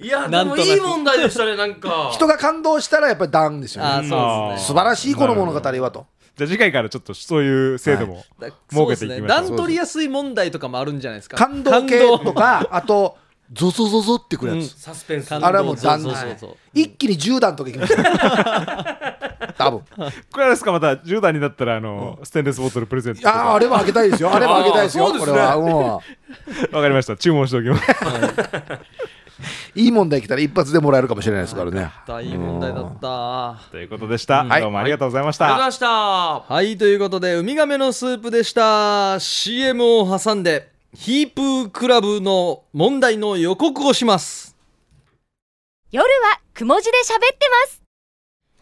Speaker 2: や、で
Speaker 1: なん
Speaker 2: も
Speaker 1: となく
Speaker 2: いい問題でしたね、なんか。
Speaker 3: 人が感動したらやっぱりダウンですよ
Speaker 1: あ
Speaker 3: ね
Speaker 1: ーそうですね
Speaker 3: 素晴らしいこの物語はと
Speaker 4: じゃあ次回からちょっとそういう制度も、
Speaker 1: だ
Speaker 4: 儲
Speaker 1: そうで
Speaker 4: けて
Speaker 1: す
Speaker 4: いき
Speaker 1: ね
Speaker 4: ましょう
Speaker 1: 段取りやすい問題とかもあるんじゃないですか
Speaker 3: 感動系とかあとゾゾゾゾってくるやつ、
Speaker 2: サスペンス。
Speaker 1: 感動
Speaker 3: あれはもう段
Speaker 1: そう
Speaker 3: 々
Speaker 1: そうそうそう
Speaker 3: 一気に10段とかいきました多分
Speaker 4: これあれですかまた10代になったらあの、ステンレスボトルプレゼントと
Speaker 3: ああ
Speaker 4: か
Speaker 3: あれは開けたいですよあれは開けたいですよ
Speaker 2: あーそうです
Speaker 3: これ
Speaker 2: ね
Speaker 3: は、うん
Speaker 4: わかりました注文しておきます
Speaker 3: いい問題来たら一発でもらえるかもしれないですからね
Speaker 1: だいい問題だった
Speaker 4: ということでした、
Speaker 3: はい
Speaker 4: どうもありがとうございまし
Speaker 2: ありが
Speaker 4: た、
Speaker 2: とうございました。
Speaker 1: はいということでウミガメのスープでした CM を挟んでヒープークラブの問題の予告をします
Speaker 5: 夜はくも字で喋ってます。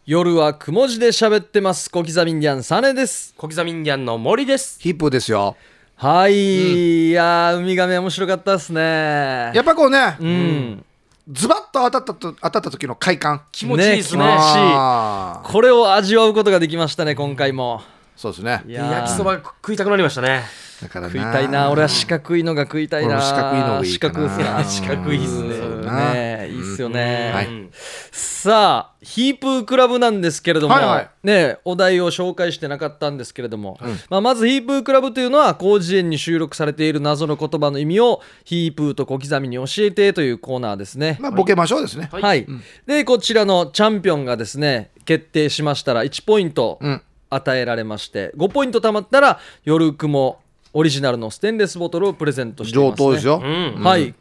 Speaker 1: 夜はくも字で喋ってます小刻みインディアンサネです
Speaker 2: 小刻みインディアンの森です。
Speaker 3: ヒップですよ
Speaker 1: はい、いやーウミガメ面白かったですね
Speaker 3: やっぱこうね、
Speaker 1: うん
Speaker 3: ズバッと当たったと当たった時の快感
Speaker 2: 気持ちいいですね。
Speaker 1: ね気持ちいい
Speaker 3: あー
Speaker 1: これを味わうことができましたね今回も
Speaker 3: そうですね
Speaker 1: い
Speaker 2: で
Speaker 1: やー
Speaker 2: 焼きそば食いたくなりましたね。
Speaker 3: だから
Speaker 1: 食いたいな俺は四角いのが食いたいな
Speaker 3: 俺も四角いのがいい
Speaker 1: 四
Speaker 3: かな
Speaker 1: 角っすな
Speaker 2: 四角いっすね
Speaker 1: うん
Speaker 3: そうだな
Speaker 1: ねいいっすよね、
Speaker 3: はい
Speaker 2: うん
Speaker 1: さあヒープークラブなんですけれども、
Speaker 3: はいはい
Speaker 1: ね、お題を紹介してなかったんですけれども、まあ、まずヒープークラブというのは広辞苑に収録されている謎の言葉の意味をヒープーと小刻みに教えてというコーナーですね。
Speaker 3: まあボケましょうですね、
Speaker 1: はい、でこちらのチャンピオンがですね決定しましたら1ポイント
Speaker 3: うん
Speaker 1: 与えられまして、5ポイント貯まったら夜雲オリジナルのステンレスボトルをプレゼントしています、ね、
Speaker 3: 上等ですよ、
Speaker 2: うん。
Speaker 1: はい、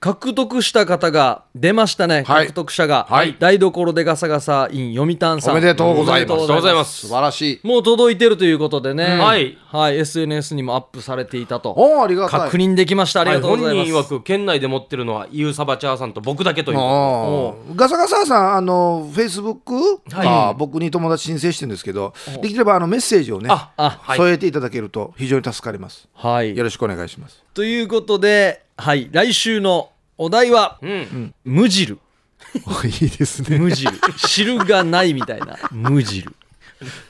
Speaker 1: 獲得した方が出ましたね、
Speaker 3: はい
Speaker 1: 獲得者が、
Speaker 3: はい
Speaker 1: 台所でガサガサイン読谷さん
Speaker 3: おめでとうございます
Speaker 1: おめで
Speaker 2: とうございます
Speaker 3: 素晴らしい。
Speaker 1: もう届いてるということでね、
Speaker 2: はい
Speaker 1: はい、SNS にもアップされていたと
Speaker 3: おーありがたい。
Speaker 1: 確認できましたありがとうござい
Speaker 2: は
Speaker 1: ま
Speaker 2: い
Speaker 1: す、
Speaker 2: 本人曰く県内で持ってるのはユーサバチャーさんと僕だけという
Speaker 3: あ
Speaker 2: お
Speaker 3: あガサガサさん、あのフェイスブック
Speaker 2: はい
Speaker 3: か、僕に友達申請してるんですけど、できればあのメッセージをね、
Speaker 2: あ
Speaker 1: あ
Speaker 2: はい
Speaker 3: 添えていただけると非常に助かります。
Speaker 1: はい
Speaker 3: よろしくお願いします。
Speaker 1: ということで、はい、来週のお題は
Speaker 2: うんうん
Speaker 1: 「無汁」
Speaker 3: いいです
Speaker 1: 「無汁」「汁がない」みたいな「無汁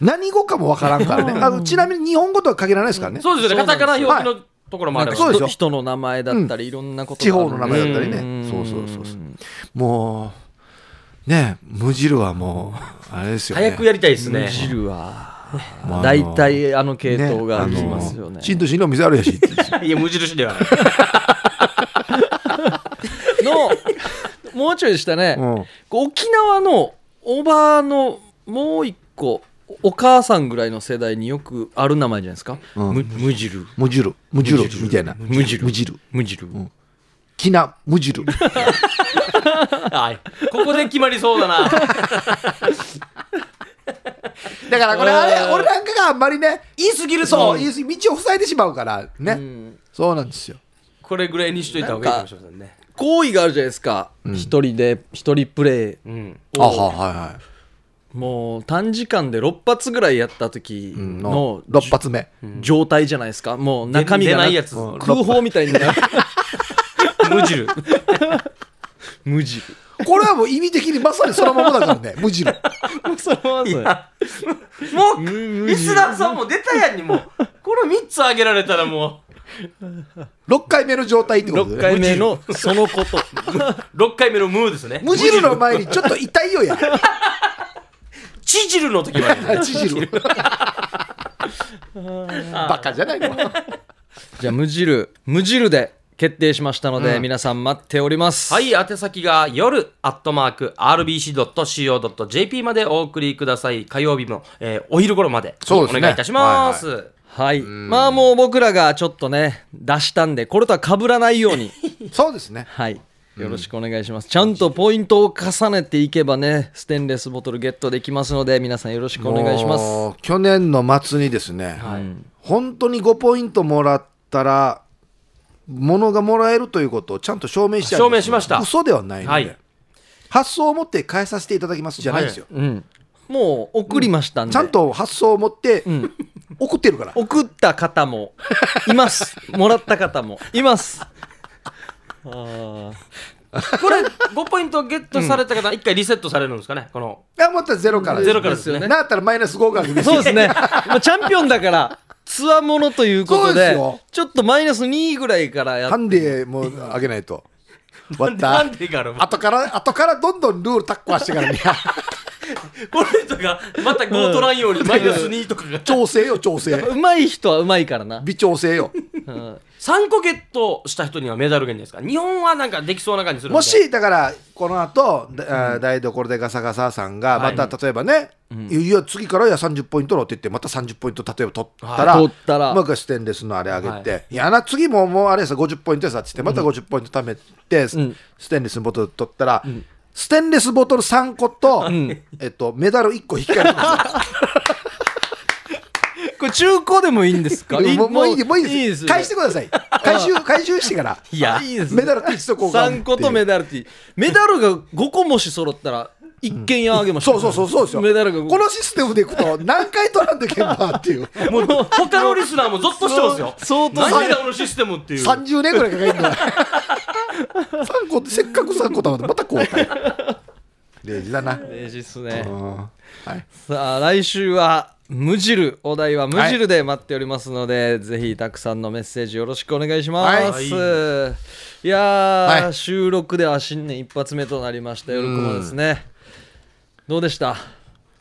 Speaker 3: 何語かもわからんからね。あのちなみに日本語とは限らないですからね。
Speaker 2: そうですよ
Speaker 1: そ
Speaker 2: ね
Speaker 1: うな
Speaker 2: カ
Speaker 1: ん
Speaker 2: タ
Speaker 1: ですよ
Speaker 2: カナ表記のところ」も
Speaker 1: な
Speaker 2: あ
Speaker 1: ん
Speaker 2: れ
Speaker 1: か
Speaker 3: そ
Speaker 2: ば
Speaker 3: うでしょ
Speaker 1: 人人の名前だったり、いろんなこと
Speaker 3: 地
Speaker 1: があ
Speaker 3: 方
Speaker 1: る
Speaker 3: の
Speaker 1: ん
Speaker 3: 名
Speaker 1: で
Speaker 3: 前だったり
Speaker 1: う
Speaker 3: ね。
Speaker 1: ん
Speaker 3: そうそうそうそう。もうね、無汁はもうあれですよね。
Speaker 2: 早くやりたいですね
Speaker 1: 無汁は
Speaker 3: もうあの
Speaker 1: 大体あの系統があ
Speaker 3: ね
Speaker 1: りますよ
Speaker 3: あ
Speaker 1: ね
Speaker 3: の。真と真の水あるやしって。
Speaker 2: いや無印 ではない
Speaker 1: のもうちょいでしたね、
Speaker 3: うん
Speaker 1: こう沖縄のおばあのもう一個お母さんぐらいの世代によくある名前じゃないですか、
Speaker 3: うん
Speaker 1: む無汁
Speaker 3: 無汁、 無汁みたいな。
Speaker 1: 無汁
Speaker 3: 無汁。
Speaker 1: 無汁、うん
Speaker 3: きな無汁。
Speaker 2: はいここで決まりそうだな
Speaker 3: だからこれあれ俺なんかがあんまりね
Speaker 2: 言いすぎる
Speaker 3: そう、
Speaker 2: そう
Speaker 3: いい道を塞いでしまうからね、そうなんですよ
Speaker 2: これぐらいにしといた方がいいかもしれませんね
Speaker 1: 行為があるじゃないですか一、人で一人プレイ
Speaker 2: うん
Speaker 3: あははいは
Speaker 1: もう短時間で6発ぐらいやった時
Speaker 3: い
Speaker 1: の
Speaker 3: の、6発目
Speaker 1: 状態じゃないですかもう中身が
Speaker 2: 出ないやつ
Speaker 1: うん空砲みたいに なる
Speaker 2: 無 汁
Speaker 1: 無汁
Speaker 3: これはもう意味的にまさにそのままだからね無汁
Speaker 1: そのままそれ
Speaker 2: もう
Speaker 1: 無
Speaker 2: リスナーさんも出たやんにもうこの3つあげられたらも
Speaker 3: 6回目の状態ってこと
Speaker 1: 6
Speaker 3: で、
Speaker 1: 回
Speaker 3: ね、
Speaker 1: 目のそのこと
Speaker 2: う6回目のムーですね
Speaker 3: 無汁の前にちょっと痛いよや
Speaker 2: チ汁の時まで
Speaker 3: 知汁バカじゃないの
Speaker 1: じゃあ無汁無汁で決定しましたので、
Speaker 3: うん
Speaker 1: 皆さん待っております
Speaker 2: はい、宛先が夜アットマーク RBC.CO.JP までお送りください。火曜日の、えーお昼頃まで
Speaker 3: そうですね
Speaker 2: お願いいたします。
Speaker 1: はいまあもう僕らがちょっとね出したんでこれとは被らないよう に
Speaker 3: そうですね
Speaker 1: はいよろしくお願いします、ちゃんとポイントを重ねていけばねステンレスボトルゲットできますので皆さんよろしくお願いします
Speaker 3: もう去年の末にですね、
Speaker 1: い
Speaker 3: 本当に5ポイントもらったら物がもらえるということをちゃんと証明してあるんですよ
Speaker 2: 証明しました
Speaker 3: 嘘ではないので、
Speaker 2: はい
Speaker 3: 発想を持って変えさせていただきますじゃないんですよ、
Speaker 1: うんもう送りましたんで、
Speaker 3: ちゃんと発想を持って送ってるから、
Speaker 1: 送った方もいますもらった方もいます
Speaker 2: これ5ポイントゲットされた方、1回リセットされるんですかねこの。
Speaker 3: あもったらゼロから
Speaker 2: ゼロからですよね
Speaker 3: なったらマイナス5からです
Speaker 1: そう
Speaker 3: よ
Speaker 1: ですねまあチャンピオンだからつわものということ
Speaker 3: そうで
Speaker 1: です
Speaker 3: よ
Speaker 1: ちょっとマイナス2ぐらいからやっ
Speaker 3: ハンデもあげないと終わった
Speaker 2: なんでかの
Speaker 3: 後から後からどんどんルールタッコはしてからね
Speaker 2: この人がまた強盗らんようにマイナス2とかが。
Speaker 3: 調整よ調整
Speaker 1: うまい人はうまいからな
Speaker 3: 微調 整よ
Speaker 1: うん
Speaker 2: 3個ゲットした人にはメダルがいいんですか日本はなんかできそうな感じするんで
Speaker 3: もしだからこの後、だあ台所でガサガサさんが
Speaker 2: は
Speaker 3: ま
Speaker 2: い
Speaker 3: た例えばね、いやいや次からいや30ポイントのって言ってまた30ポイント例えば取ったら,、
Speaker 1: はい取ったら
Speaker 3: もう一回ステンレスのあれあげて、、
Speaker 2: はい
Speaker 3: やな次ももうあれさ50ポイントやさって言ってまた50ポイント貯めて、
Speaker 1: ん
Speaker 3: ステンレスのボトル取ったら、ステンレスボトル3個と、えっと、メダル1個引き換えるんですよ
Speaker 1: これ中古でもいいんですか
Speaker 3: もうもういいもういいです
Speaker 1: ね
Speaker 3: 返してください回収回収してから
Speaker 2: いや
Speaker 1: あいいですね
Speaker 3: メダルって一とこう
Speaker 1: 3個とメダルティメダルが5個もし揃ったら一軒家あげましょ
Speaker 3: そうそうそうそうですよ
Speaker 1: メダルが
Speaker 3: このシステムでいくと何回取らんといけんばっ ていう
Speaker 2: もう他のリスナーもゾッとしてますよ。
Speaker 1: そう相当
Speaker 2: 何でだこのシステムっていう。
Speaker 3: 30年ぐらいかかるんだ3個せっかく3個たまってまた交代0時だな、
Speaker 1: 嬉しいっすね
Speaker 3: うんはい、
Speaker 1: さあ来週は無汁お題は無汁で待っておりますので、ぜひたくさんのメッセージよろしくお願いします、、
Speaker 2: はいい
Speaker 1: やー、
Speaker 3: はい
Speaker 1: 収録では新年一発目となりました夜雲ですねどうでした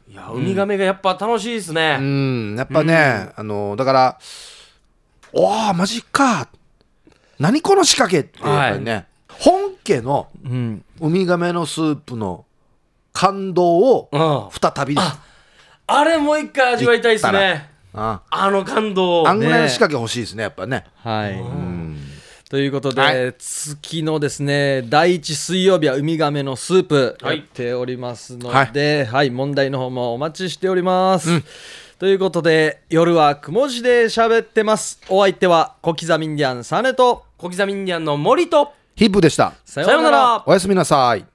Speaker 2: いや、ウミガメがやっぱ楽しいですね。
Speaker 3: うんやっぱね、あのだからおーマジか何この仕掛けってやっぱりね、本家の
Speaker 1: うん
Speaker 3: ウミガメのスープの感動を
Speaker 2: うん
Speaker 3: 再びです、
Speaker 2: あれもう一回味わいたいです
Speaker 3: 行っ
Speaker 2: ね。
Speaker 3: うんあ
Speaker 2: あの感動。
Speaker 3: んぐらいの仕掛け欲しいですねやっぱね
Speaker 1: はい、ということで、
Speaker 3: はい
Speaker 1: 月のですね第一水曜日はウミガメのスープや
Speaker 2: はい
Speaker 1: っておりますので、はい問題の方もお待ちしております、ということで夜はくも字で喋ってますお相手は小刻みインディアンサネと
Speaker 2: 小刻みインディアンの森と
Speaker 3: ヒップでした
Speaker 1: さ
Speaker 2: さようなら
Speaker 3: おやすみなさい